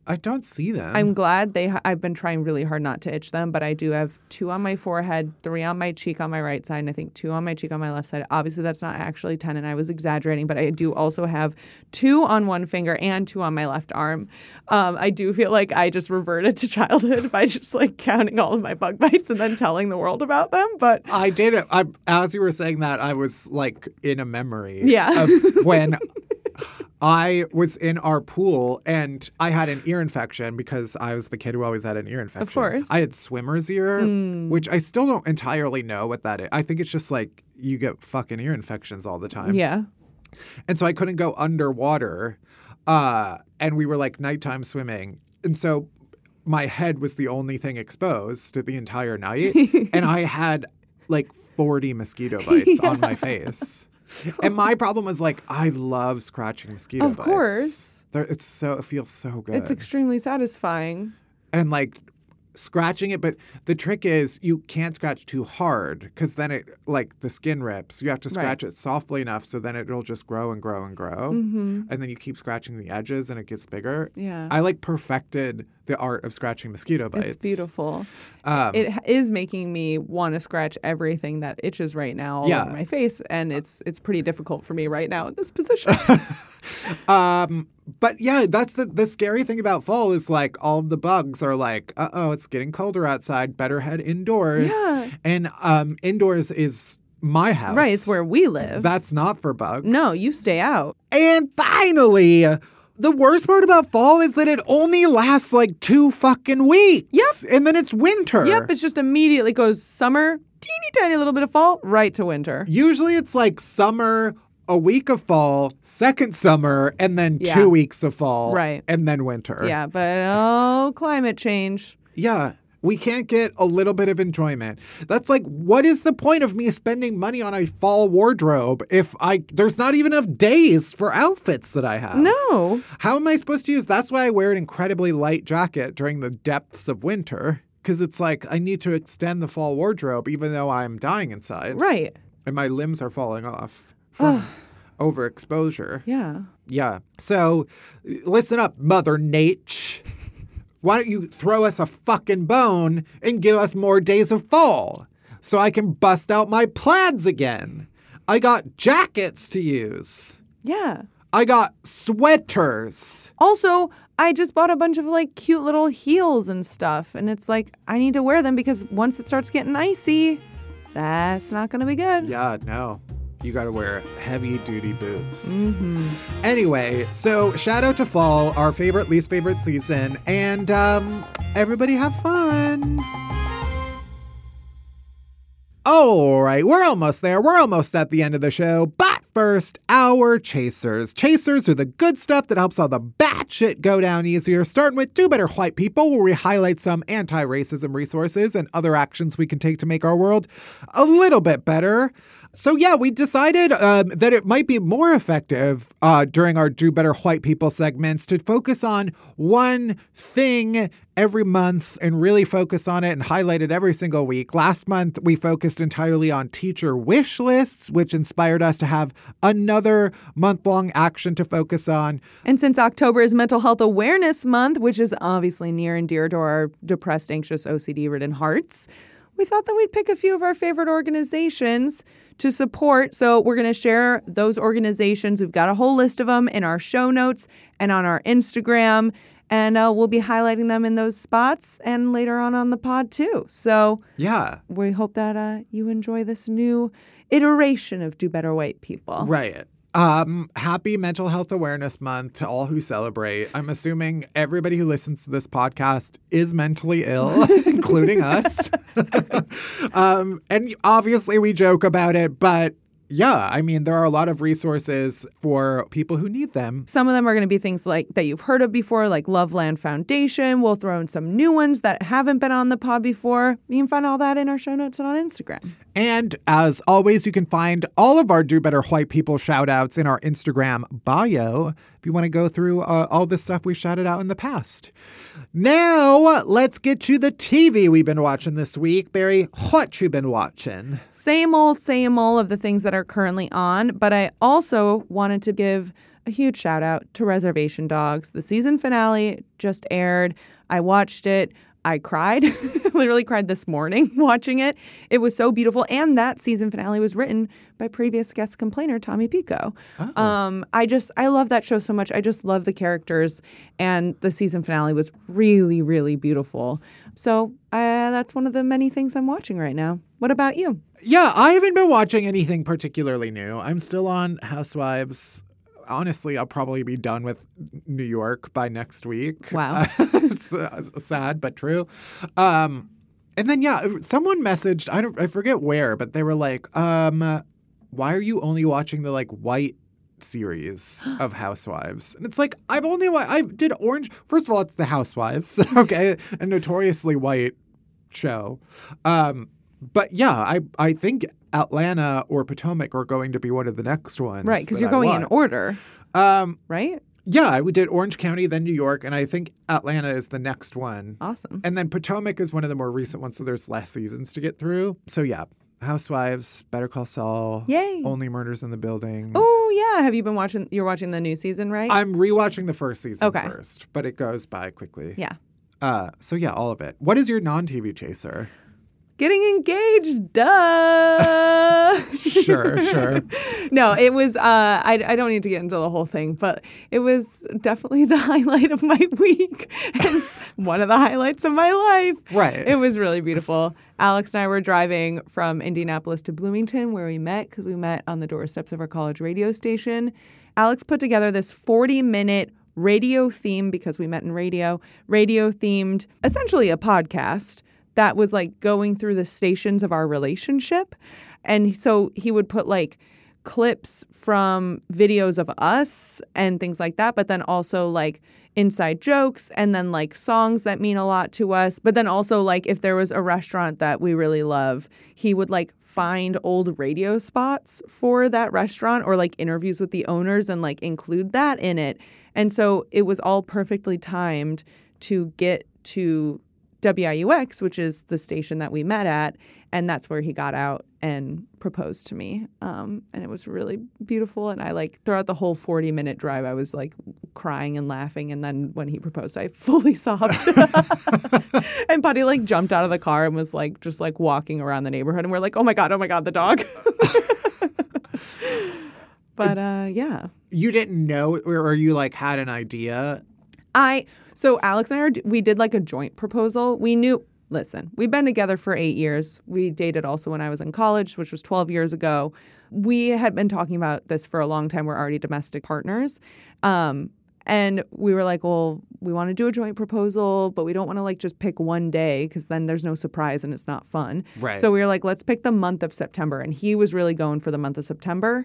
S1: I don't see them.
S2: I'm glad they. I've been trying really hard not to itch them, but I do have two on my forehead, three on my cheek on my right side, and I think two on my cheek on my left side. Obviously, that's not actually ten, and I was exaggerating, but I do also have two on one finger and two on my left arm. Um, I do feel like I just reverted to childhood by just like counting all of my bug bites and then telling the world about them. But
S1: I did it. I, as you were saying that, I was like in a memory
S2: Yeah.
S1: of when I was in our pool and I had an ear infection because I was the kid who always had an ear infection.
S2: course. Mm.
S1: I had swimmer's ear, which I still don't entirely know what that is. I think it's just like you get fucking ear infections all the time.
S2: yeah,
S1: And so I couldn't go underwater. Uh, and we were like nighttime swimming. And so my head was the only thing exposed the entire night. and I had like 40 mosquito bites on my face. And my problem was like, I love scratching mosquito
S2: Of
S1: bites.
S2: course.
S1: They're- it's so, it feels so good.
S2: it's extremely satisfying.
S1: and like, scratching it but the trick is you can't scratch too hard because then it like the skin rips you have to
S2: Right.
S1: scratch it softly enough so then it'll just grow and grow and grow and then you keep scratching the edges and it gets bigger
S2: Mm-hmm. Yeah.
S1: i like perfected the art of scratching mosquito bites
S2: It's beautiful.
S1: Um,
S2: it h- is making me want to scratch everything that itches right now all
S1: Yeah.
S2: over my face, and it's it's pretty difficult for me right now in this position.
S1: Um, but yeah, that's the the scary thing about fall is like all of the bugs are like, uh oh, it's getting colder outside. Better head indoors.
S2: Yeah.
S1: And um, indoors is my house.
S2: right, it's where we live.
S1: That's not for bugs.
S2: no, you stay out.
S1: And finally, the worst part about fall is that it only lasts like two fucking weeks. Yep. And then it's winter.
S2: Yep, it just immediately goes summer, teeny tiny little bit of fall, right to winter.
S1: Usually it's like summer. A week of fall, second summer, and then
S2: Yeah.
S1: two weeks of fall,
S2: Right.
S1: And then winter.
S2: Yeah, but oh, climate change.
S1: Yeah. We can't get a little bit of enjoyment. That's like, what is the point of me spending money on a fall wardrobe if I there's not even enough days for outfits that I have?
S2: No,
S1: How am I supposed to use? That's why I wear an incredibly light jacket during the depths of winter because it's like I need to extend the fall wardrobe even though I'm dying inside
S2: right?
S1: and my limbs are falling off from overexposure.
S2: Yeah.
S1: Yeah. So listen up, Mother Nature. Why don't you throw us a fucking bone and give us more days of fall so I can bust out my plaids again? I got jackets to use.
S2: Yeah.
S1: I got sweaters.
S2: Also, I just bought a bunch of like cute little heels and stuff, and it's like I need to wear them because once it starts getting icy, that's not gonna be good.
S1: Yeah, no. You gotta wear heavy duty boots. Anyway, so shout out to fall, our favorite, least favorite season, and um, everybody have fun. All right, we're almost there. We're almost at the end of the show. But first, our chasers. Chasers are the good stuff that helps all the bad shit go down easier, starting with Do Better White People, where we highlight some anti racism resources and other actions we can take to make our world a little bit better. So, yeah, we decided um, that it might be more effective uh, during our Do Better White People segments to focus on one thing every month and really focus on it and highlight it every single week. Last month, we focused entirely on teacher wish lists, which inspired us to have another month long action to focus on.
S2: And since October is Mental Health Awareness Month, which is obviously near and dear to our depressed, anxious, OCD ridden hearts, we thought that we'd pick a few of our favorite organizations to support. So we're going to share those organizations. We've got a whole list of them in our show notes and on our Instagram. And uh, we'll be highlighting them in those spots and later on on the pod too. So
S1: Yeah.
S2: we hope that uh, you enjoy this new iteration of Do Better White People.
S1: Right. Um, happy Mental Health Awareness Month to all who celebrate. I'm assuming everybody who listens to this podcast is mentally ill, including us. um, and obviously, we joke about it, but yeah, I mean, there are a lot of resources for people who need them.
S2: Some of them are going to be things like that you've heard of before, like Loveland Foundation. We'll throw in some new ones that haven't been on the pod before. You can find all that in our show notes and on Instagram.
S1: And as always, you can find all of our Do Better White People shout outs in our Instagram bio if you want to go through uh, all the stuff we shouted out in the past. Now, let's get to the TV we've been watching this week. Barry, what you been watching?
S2: Same old, same old of the things that are currently on. But I also wanted to give a huge shout out to Reservation Dogs. The season finale just aired. I watched it. I cried, literally cried this morning watching it. It was so beautiful. And that season finale was written by previous guest complainer Tommy Pico. Um, I just, I love that show so much. I just love the characters. And the season finale was really, really beautiful. So uh, that's one of the many things I'm watching right now. What about you?
S1: Yeah, I haven't been watching anything particularly new. I'm still on Housewives. Honestly, I'll probably be done with New York by next week.
S2: Wow.
S1: it's uh, sad but true. Um, and then yeah, someone messaged I don't I forget where, but they were like, um, "Why are you only watching the like white series of Housewives?" And it's like I've only wa- I did Orange. First of all, it's the Housewives, okay, a notoriously white show. Um, but yeah, I I think Atlanta or Potomac are going to be one of the next ones,
S2: Right, because
S1: that
S2: you're
S1: I
S2: going in
S1: watch.
S2: order,
S1: Um,
S2: right?
S1: yeah, we did Orange County, then New York, and I think Atlanta is the next one.
S2: Awesome.
S1: And then Potomac is one of the more recent ones, so there's less seasons to get through. So yeah, Housewives, Better Call Saul,
S2: Yay.
S1: Only Murders in the Building.
S2: Oh yeah, have you been watching? You're watching the new season, right?
S1: I'm rewatching the first season
S2: Okay.
S1: first, but it goes by quickly.
S2: yeah.
S1: Uh, so yeah, all of it. What is your non-TV chaser?
S2: Getting engaged, duh.
S1: Sure, sure.
S2: no, it was. Uh, I I don't need to get into the whole thing, but it was definitely the highlight of my week and one of the highlights of my life.
S1: Right.
S2: It was really beautiful. Alex and I were driving from Indianapolis to Bloomington, where we met because we met on the doorsteps of our college radio station. Alex put together this 40 minute radio theme because we met in radio, radio themed, essentially a podcast that was like going through the stations of our relationship. And so he would put like clips from videos of us and things like that, but then also like inside jokes and then like songs that mean a lot to us. But then also like if there was a restaurant that we really love, he would like find old radio spots for that restaurant or like interviews with the owners and like include that in it. And so it was all perfectly timed to get to WIUX, which is the station that we met at, and that's where he got out and proposed to me. Um, and it was really beautiful. And I like throughout the whole 40 minute drive, I was like crying and laughing. And then when he proposed, I fully sobbed. and Buddy like jumped out of the car and was like just like walking around the neighborhood. And we're like, oh my God, oh my God, the dog. but uh, yeah.
S1: You didn't know, or or you like had an idea?
S2: I so Alex and I are we did like a joint proposal. We knew listen, we've been together for 8 years. We dated also when I was in college, which was 12 years ago. We had been talking about this for a long time. We're already domestic partners. Um And we were like, well, we want to do a joint proposal, but we don't want to like just pick one day because then there's no surprise and it's not fun.
S1: Right.
S2: So we were like, let's pick the month of September. And he was really going for the month of September.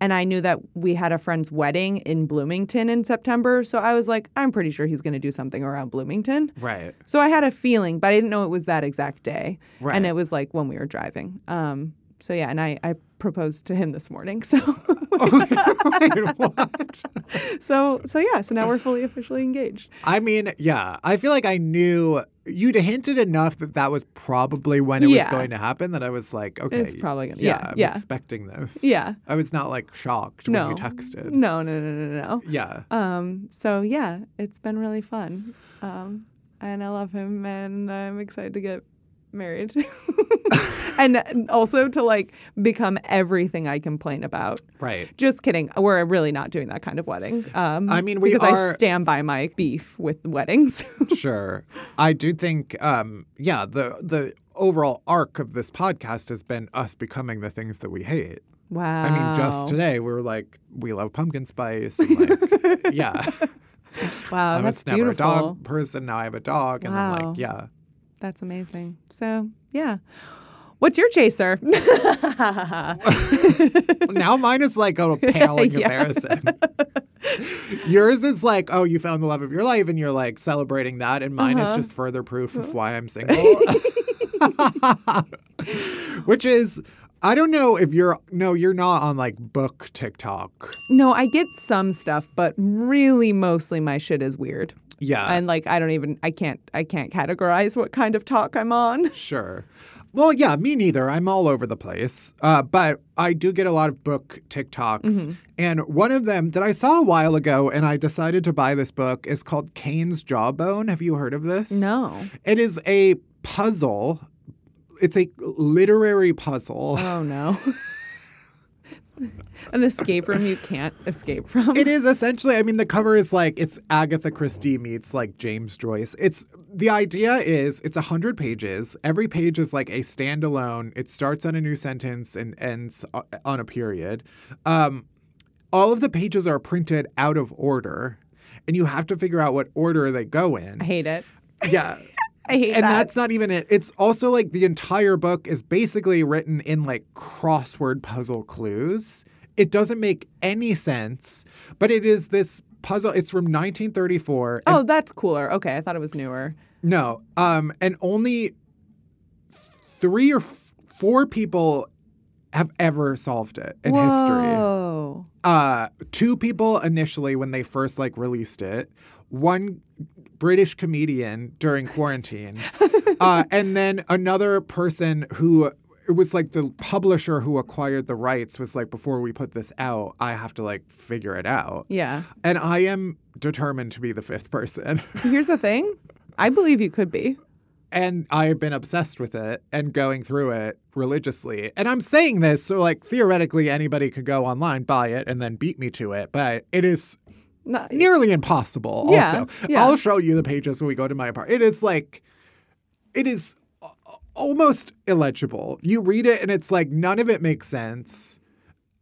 S2: And I knew that we had a friend's wedding in Bloomington in September. So I was like, I'm pretty sure he's going to do something around Bloomington.
S1: Right.
S2: So I had a feeling, but I didn't know it was that exact day.
S1: Right.
S2: And it was like when we were driving. Um, so yeah, and I, I proposed to him this morning. So
S1: Wait, what?
S2: so so yeah, so now we're fully officially engaged.
S1: I mean, yeah, I feel like I knew you'd hinted enough that that was probably when it was
S2: Yeah.
S1: going to happen that I was like, okay,
S2: It's probably gonna- yeah,
S1: I'm
S2: yeah.
S1: expecting this.
S2: Yeah.
S1: I was not like shocked
S2: No.
S1: when you texted.
S2: No, no, no, no, no.
S1: Yeah.
S2: Um, so yeah, it's been really fun. Um, and I love him and I'm excited to get married. and also to like become everything I complain about.
S1: Right.
S2: Just kidding. We're really not doing that kind of wedding. Um,
S1: I mean, we
S2: because
S1: are-
S2: I stand by my beef with weddings.
S1: sure. I do think, um, yeah, the the overall arc of this podcast has been us becoming the things that we hate.
S2: wow.
S1: I mean,
S2: Oh.
S1: just today we were like, we love pumpkin spice. And like, yeah,
S2: Wow,
S1: I
S2: Oh, that's
S1: was never
S2: beautiful.
S1: a dog person. Now I have a dog, and then
S2: Wow.
S1: like, yeah.
S2: That's amazing. So yeah. What's your chaser?
S1: Now mine is like a pale in
S2: Yeah.
S1: comparison. Yours is like, oh, you found the love of your life, and you're like celebrating that, and mine is just further proof of why I'm single. Which is, I don't know if you're no, you're not on like book TikTok.
S2: no, I get some stuff, but really mostly my shit is weird.
S1: Yeah,
S2: and like I don't even I can't I can't categorize what kind of talk I'm on.
S1: Sure. Well, yeah, me neither. I'm all over the place. Uh, but I do get a lot of book TikToks.
S2: Mm-hmm.
S1: And one of them that I saw a while ago and I decided to buy this book is called Cain's Jawbone. Have you heard of this?
S2: No.
S1: It is a puzzle, it's a literary puzzle.
S2: Oh no. An escape room you can't escape from.
S1: it is essentially i mean the cover is like it's agatha christie meets like james joyce it's the idea is it's 100 pages every page is like a standalone it starts on a new sentence and ends o- on a period um, all of the pages are printed out of order and you have to figure out what order they go in
S2: I hate it.
S1: yeah
S2: I hate
S1: and
S2: that.
S1: that's not even it. It's also like the entire book is basically written in like crossword puzzle clues. It doesn't make any sense, but it is this puzzle. It's from 1934. and-
S2: oh, that's cooler. Okay, I thought it was newer.
S1: no, um, and only three or f- four people have ever solved it in history
S2: Whoa.
S1: uh, two people initially when they first like released it. One British comedian during quarantine, uh, and then another person who it was like the publisher who acquired the rights was like, before we put this out, I have to like figure it out.
S2: Yeah.
S1: And I am determined to be the fifth person.
S2: Here's the thing. I believe you could be.
S1: and I have been obsessed with it and going through it religiously. And I'm saying this so like theoretically anybody could go online, buy it, and then beat me to it. But it is
S2: No,
S1: nearly impossible.
S2: Yeah,
S1: Also,
S2: yeah.
S1: I'll show you the pages when we go to my apartment. It is like, it is a- almost illegible. You read it and it's like none of it makes sense.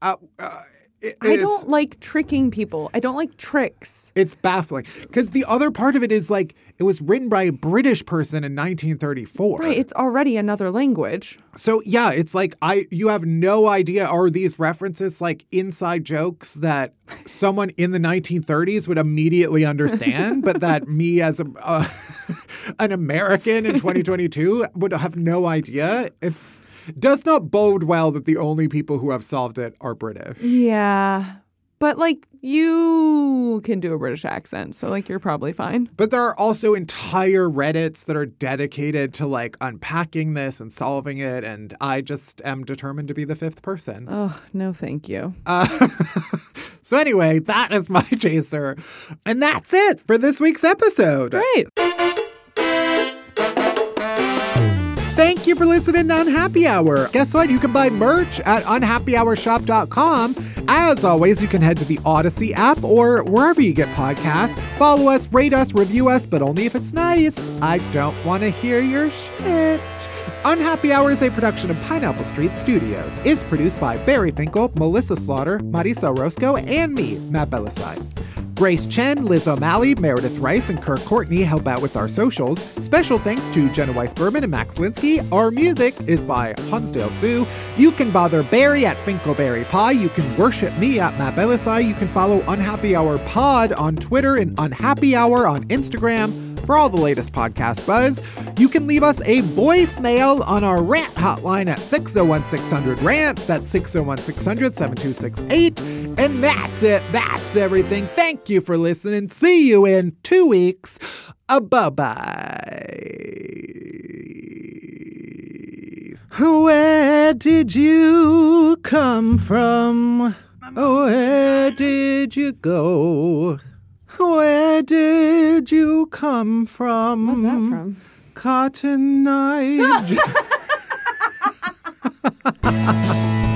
S1: Uh, uh, it-
S2: I
S1: it is-
S2: don't like tricking people. I don't like tricks.
S1: It's baffling because the other part of it is like it was written by a British person in 1934.
S2: Right, it's already another language.
S1: So yeah, it's like I you have no idea are these references like inside jokes that someone in the 1930s would immediately understand, but that me as a uh, an American in 2022 would have no idea. It's does not bode well that the only people who have solved it are British.
S2: Yeah. But like you can do a British accent, so like you're probably fine.
S1: But there are also entire Reddits that are dedicated to like unpacking this and solving it, and I just am determined to be the fifth person.
S2: Oh, no, thank you.
S1: Uh, so anyway, that is my chaser. And that's it for this week's episode.
S2: Great.
S1: Thank you for listening to Unhappy Hour. Guess what? You can buy merch at unhappyhourshop.com. As always, you can head to the Odyssey app or wherever you get podcasts. Follow us, rate us, review us, but only if it's nice. I don't want to hear your shit. Unhappy Hour is a production of Pineapple Street Studios. It's produced by Barry Finkel, Melissa Slaughter, Marisa Roscoe, and me, Matt Belisai. Grace Chen, Liz O'Malley, Meredith Rice, and Kirk Courtney help out with our socials. Special thanks to Jenna Weiss Berman and Max Linsky. Our music is by Hunsdale Sue. You can bother Barry at Finkelberry Pie. You can worship me at Matt Belisai. You can follow Unhappy Hour Pod on Twitter and Unhappy Hour on Instagram for all the latest podcast buzz. You can leave us a voicemail on our rant hotline at 601 600 RANT. That's 601 600 7268. And that's it. That's everything. Thank you for listening. See you in two weeks. Uh, bye bye. Where did you come from? Where did you go? Where did you come from?
S2: Where's that from?
S1: Cotton Eye.